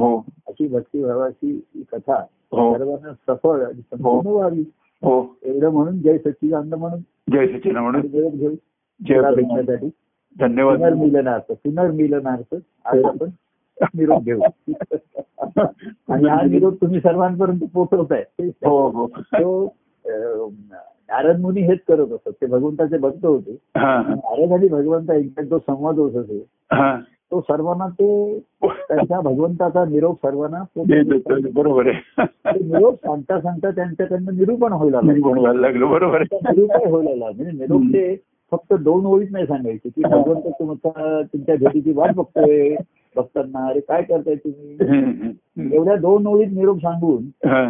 A: हो
B: अशी भक्तिभावाची ही कथा
A: हो.
B: सर्वांना सफळ आणि संपूर्ण व्हावी
A: हो
B: एवढं म्हणून जय सच्चिदानंद म्हणून
A: जय सचिन म्हणून
B: मिळत घेऊ
A: जय
B: तुला
A: भगवान.
B: भेटण्यासाठी
A: धन्यवाद
B: पुनर्मिलनार्थ पुनर्मिलनार्थ आज आपण निरोप घेऊ आणि हा निरोप तुम्ही सर्वांपर्यंत पोहोचवताय
A: हो हो
B: तो अं, नारद मुनी हेच करत असत ते भगवंताचे भक्त होते
A: हा
B: नारद आणि भगवंता एकदा जो संवाद होत असे
A: हा
B: तो सर्वांना ते त्यांच्या भगवंताचा निरोप सर्वांना
A: जय
B: पोहोचवतो.
A: दत्त. बरोबर
B: ते
A: आहे
B: निरोप सांगता सांगता त्यांच्याकडनं निरूपण व्हायला
A: मी
B: लागलं
A: बोलायला लागलो बरोबर
B: त्यांचा
A: आहे
B: निरूपण व्हायला लागला म्हणजे निरोप ते फक्त दोन ओळीत नाही सांगायचे की भगवंत तुमचा तुमच्या भेटीची वाट बघतोय बघताना अरे काय करताय तुम्ही
A: हम्म, हम्म.
B: एवढ्या दोन ओळीत निरोप सांगून
A: हा.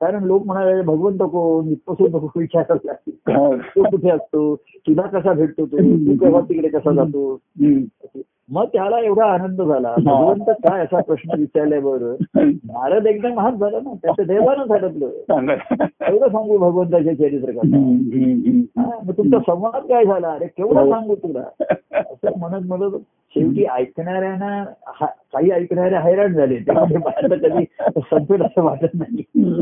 B: कारण लोक म्हणाले भगवंत कोण इतपसून नको विचारायला लागतील.
A: हा.
B: तो कुठे असतो तुला कसा भेटतो तो तू केव्हा तिकडे कसा जातो
A: हम्म.
B: मग त्याला एवढा आनंद झाला भगवंत काय असा प्रश्न विचारल्याबरोबर नारद एकदम महान झाला ना त्याचं देवानं ठरवलं
A: सांगा
B: एवढं सांगू भगवंताच्या चरित्र कथा
A: हम्म, हम्म,
B: हा,
A: हम्म.
B: मग तुमचा संवाद काय झाला अरे केवढं
A: हो.
B: सांगू तुला असं म्हणत म्हणत शेवटी ऐकणाऱ्यांना हा- काही ऐकणारे हैराण झाले त्यामुळे मला कधी संपेल असं वाटत नाही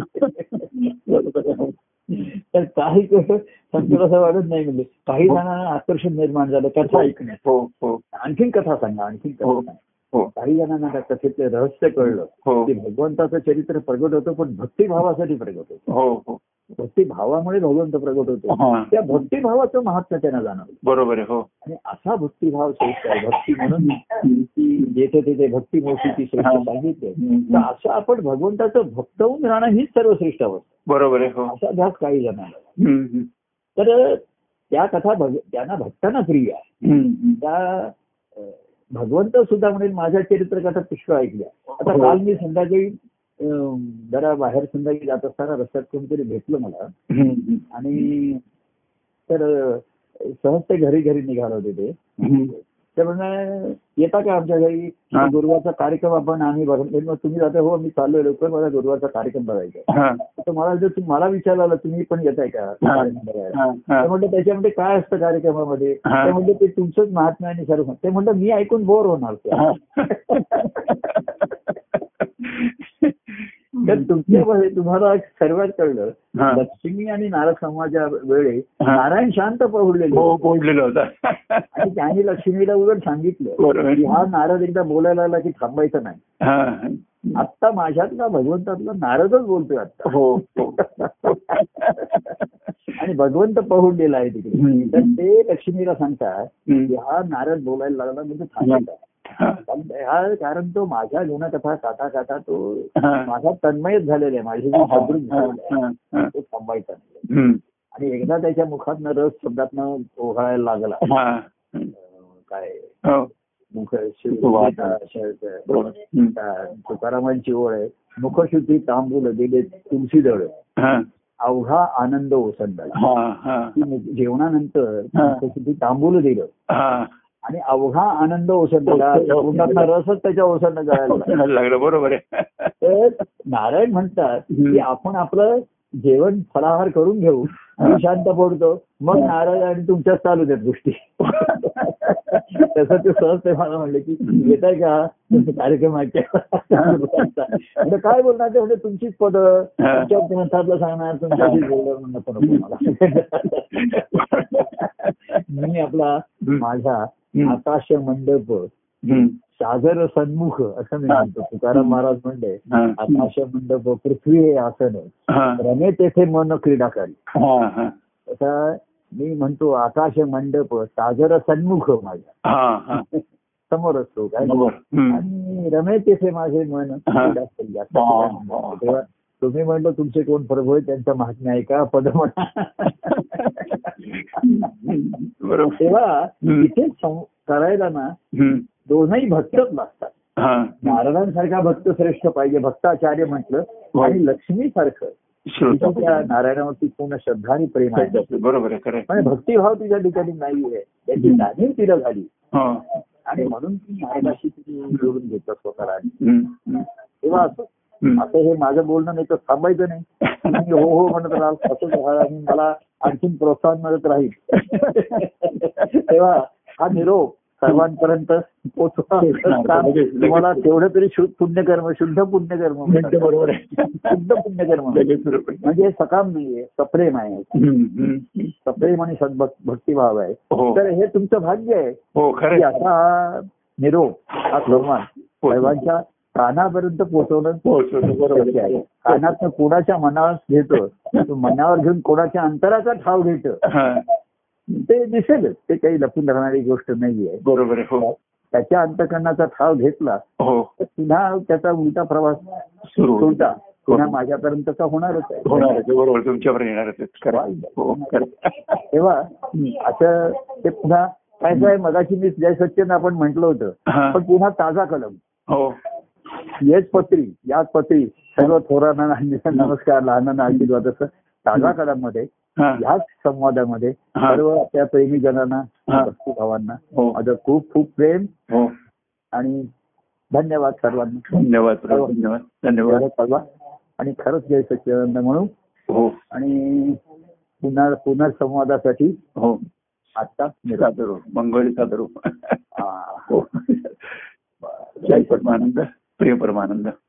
B: तर काही कसं संपेल असं वाटत नाही म्हणजे काही जणांना आकर्षण निर्माण झालं कथा ऐकण्यात
A: हो हो
B: आणखीन कथा सांगा आणखीन कथा
A: हो.
B: सांगा
A: हो
B: काही जणांना त्या कथेतलं रहस्य कळलं
A: हो
B: की भगवंताचं चरित्र प्रगट होतं पण भक्तिभावासाठी प्रगट होतं
A: हो हो
B: भक्तिभावामुळे भगवंत प्रगट होतो
A: हा.
B: त्या भक्तिभावाचं महात्म्य त्यांना जाणवलं
A: बरोबर आहे हो
B: आणि असा भक्तिभाव श्रेष्ठ आहे भक्ती म्हणून
A: हम्म.
B: जेथे तेथे भक्ती मोठी श्रेष्ठ
A: हा.
B: सांगितले तर
A: हम्म.
B: असं आपण भगवंताचं भक्त होऊन राहणं हीच सर्वश्रेष्ठ अवस्था
A: बरोबर आहे हो
B: असा ध्यास काही जणांना
A: हम्म,
B: तर त्या कथा भग त्यांना भक्तांना प्रिय आहे
A: हम्म.
B: त्या अं, भगवंत सुद्धा म्हणेल माझ्या चरित्र कथा पुष्कळ ऐकल्या
A: हो.
B: आता काल मी संध्याकाळी अं, जरा बाहेर संध्याकाळी जात असताना रस्त्यात कोणीतरी भेटलं मला
A: हम्म.
B: आणि तर अं, सहज ते घरी घरी निघाले होते ते
A: हम्म.
B: ते म्हणले येता का आमच्या घरी
A: हा.
B: गुरुवारचा कार्यक्रम आपण आम्ही बघतो मग तुम्ही जाता हो मी चाललोय लवकर मला गुरुवारचा कार्यक्रम बघायचा आहे."
A: हा.
B: तर मला जर तुम्ही- मला विचारलं तुम्ही पण येताय का कार्यक्रम बघायला
A: हा. हा.
B: ते म्हणलं त्याच्यामध्ये काय असतं कार्यक्रमामध्ये
A: हा.
B: ते म्हणलं ते तुमचंच महात्मा आणि सर्व ते म्हणलं मी ऐकून बोर होणार ते.
A: हा.
B: तर तुमच्यामध्ये तुम्हाला सर्वात कळलं
A: हा.
B: लक्ष्मी आणि नारद समाजा वेळी
A: हा.
B: नारायण शांत पहुडलेले
A: हो
B: होते.
A: बोललेला होता
B: आणि त्यांनी लक्ष्मीला उलट सांगितलं
A: बरोबर
B: की हा नारद एकदा बोलायला आला की थांबायचं नाही
A: हा.
B: आत्ता माझ्यातला भगवंतातला नारदच बोलतोय आत्ता
A: हो हो
B: आणि भगवंत पहुडलेला आहे तिकडे
A: हम्म.
B: तर ते लक्ष्मीला सांगतात की
A: हम्म.
B: हा नारद बोलायला लागला म्हणजे थांबायचा
A: हा.
B: कारण- हा कारण तो माझ्या जीवनात फार काटा काटा तो
A: हा.
B: माझा तन्मयच झालेला आहे माझी जी सदृश झालेला आहे,
A: हा, हा.
B: तो थांबायचा नाही.
A: हम्म.
B: आणि एकदा त्याच्या मुखात रस शब्दातनं ओघळायला लागला
A: हा. हम्म.
B: अं, काय
A: हो.
B: मुख शिव-
A: वा.
B: शिव-
A: बरोबर. हम्म.
B: अं, तुकारामांची ओळ आहे मुखशुद्धी तांबूल दिले तुलसी दळ
A: हा.
B: अवघा आनंद ओसंडला
A: हा, हा.
B: की मु- जेवणानंतर
A: हा.
B: मुखशुद्धी तांबूल दिलं
A: हा.
B: आणि अवघा आनंद ओसंडला
A: ओसंडला.
B: तोंडातला रसच त्याच्या ओसंड जायला लागला.
A: ओसंडायला लागलं बरोबर आहे
B: तर नारायण म्हणतात
A: हम्म.
B: की आपण आपलं जेवण फळाहार करून घेऊ आणि शांत पडतो मग
A: हा.
B: नारायण आणि तुमच्याच चालू देत गोष्टी तसं ते सहज ते मला म्हणले की येत आहे का तुमचे कार्यक्रम ऐकते म्हणजे काय बोलणार ते म्हणजे तुमचीच पदं
A: हा.
B: तुमच्या ग्रंथातलं सांगणार तुमच्याशी बोलणार म्हणणं पण मला मी आपला
A: हम्म.
B: माझा
A: हम्म.
B: आकाश मंडप
A: हम्म.
B: सादर सन्मुख असं मी म्हणतो तुकाराम महाराज म्हणले
A: हा.
B: आकाश मंडप पृथ्वी हे आसन
A: हा.
B: रमे तेथे मन क्रीडा करी
A: हा, हा.
B: तसा मी म्हणतो आकाश मंडप साजर सन्मुख माझ्या
A: हा, हा.
B: समोर असतो काय
A: बरोबर. हम्म.
B: आणि रमे तेथे माझे मन क्रीडा करी. असं
A: वा,
B: ठिकाण
A: वा.
B: आहे. तेव्हा तुम्ही म्हणलं तुमचे कोण प्रभू आहे त्यांचा महात्म्य आहे का पद म्हणा
A: बरोबर
B: तेव्हा
A: हम्म.
B: इथे सं- करायला ना
A: हम्म.
B: दोनही भक्तच लागतात
A: हा.
B: नारायणांसारखा भक्त श्रेष्ठ पाहिजे भक्ताचार्य म्हटलं आणि लक्ष्मीसारखं
A: श्रोता.
B: तुझं त्या नारायणावरती पूर्ण श्रद्धा आणि प्रेम आहे
A: बरोबर आहे खरं आहे.
B: पण भक्तिभाव तुझ्या ठिकाणी नाहीये त्याची जाणीव तिला झाली
A: हा.
B: आणि म्हणून ती नारायणाशी तिने जोडून घेतलं स्वतःला आणि
A: हम्म. हम्म.
B: तेव्हा असं
A: हम्म.
B: आता हे माझं बोलणं नाही तर थांबायचं नाही मी हो हो म्हणत राहा असंच राहा आणि मला आणखीन प्रोत्साहन मिळत राहील तेव्हा हा निरोप सर्वांपर्यंत पोचवा तुम्हाला तेवढं तरी शु- पुण्यकर्म शुद्ध पुण्यकर्म
A: म्हणजे
B: म्हणतात.
A: बरोबर आहे
B: शुद्ध पुण्यकर्म
A: लगेच बरोबर आहे.
B: म्हणजे सकाम नाहीये सप्रेम आहे
A: हम्म. हम्म.
B: सप्रेम आणि सद्भक्- भक्तिभाव आहे
A: हो
B: तर हे तुमचं भाग्य आहे
A: हो
B: की
A: खरं आहे.
B: असा हा निरोप हा सर्वान
A: हो.
B: सर्वांच्या कानापर्यंत पोहोचवणं
A: पोहोचवतो हो, बरोबर
B: शक्य आहे कानातनं कोणाच्या मनावर घेतो तो मनावर घेऊन कोणाच्या अंतराचा ठाव घेतं
A: हा.
B: ते दिसेलच ते काही लपून राहणारी गोष्ट नाहीये
A: बरोबर आहे हो
B: त्याच्या अंतकरणाचा ठाव घेतला
A: हो
B: तर पुन्हा त्याचा उलटा प्रवास
A: सुरू होईल. हो.
B: उलटा पुन्हा माझ्यापर्यंतचा होणारच
A: होणार
B: आहे
A: आहे. बरोबर तुमच्यावर येणार आहे. खरं आहे. हो खरं आहे.
B: तेव्हा असं ते पुन्हा काय काय मगाशी मी जय सच्चन आपण म्हंटल होतं
A: हा.
B: पण पुन्हा ताजा कलम
A: हो
B: येच पत्री याच पत्री सर्व थोरांना नांदींना नमस्कार लहानांना आशीर्वाद असं ताजा कलामध्ये
A: हा.
B: ह्याच संवादामध्ये
A: हा.
B: सर्व आपल्या प्रेमीजनांना
A: हा.
B: भक्तिभावांना
A: हो.
B: माझं खूप खूप प्रेम
A: हो
B: आणि धन्यवाद सर्वांना
A: धन्यवाद प्रभू. धन्यवाद धन्यवाद
B: धन्यवाद सर्व आणि खरंच जय सच्चिदानंद म्हणू
A: हो
B: आणि पुन्हा पुनर्संवादासाठी
A: हो
B: आता
A: सादर हो मंगळी सादर हो
B: निघा
A: हो जय परमानंद प्रिय परमानंद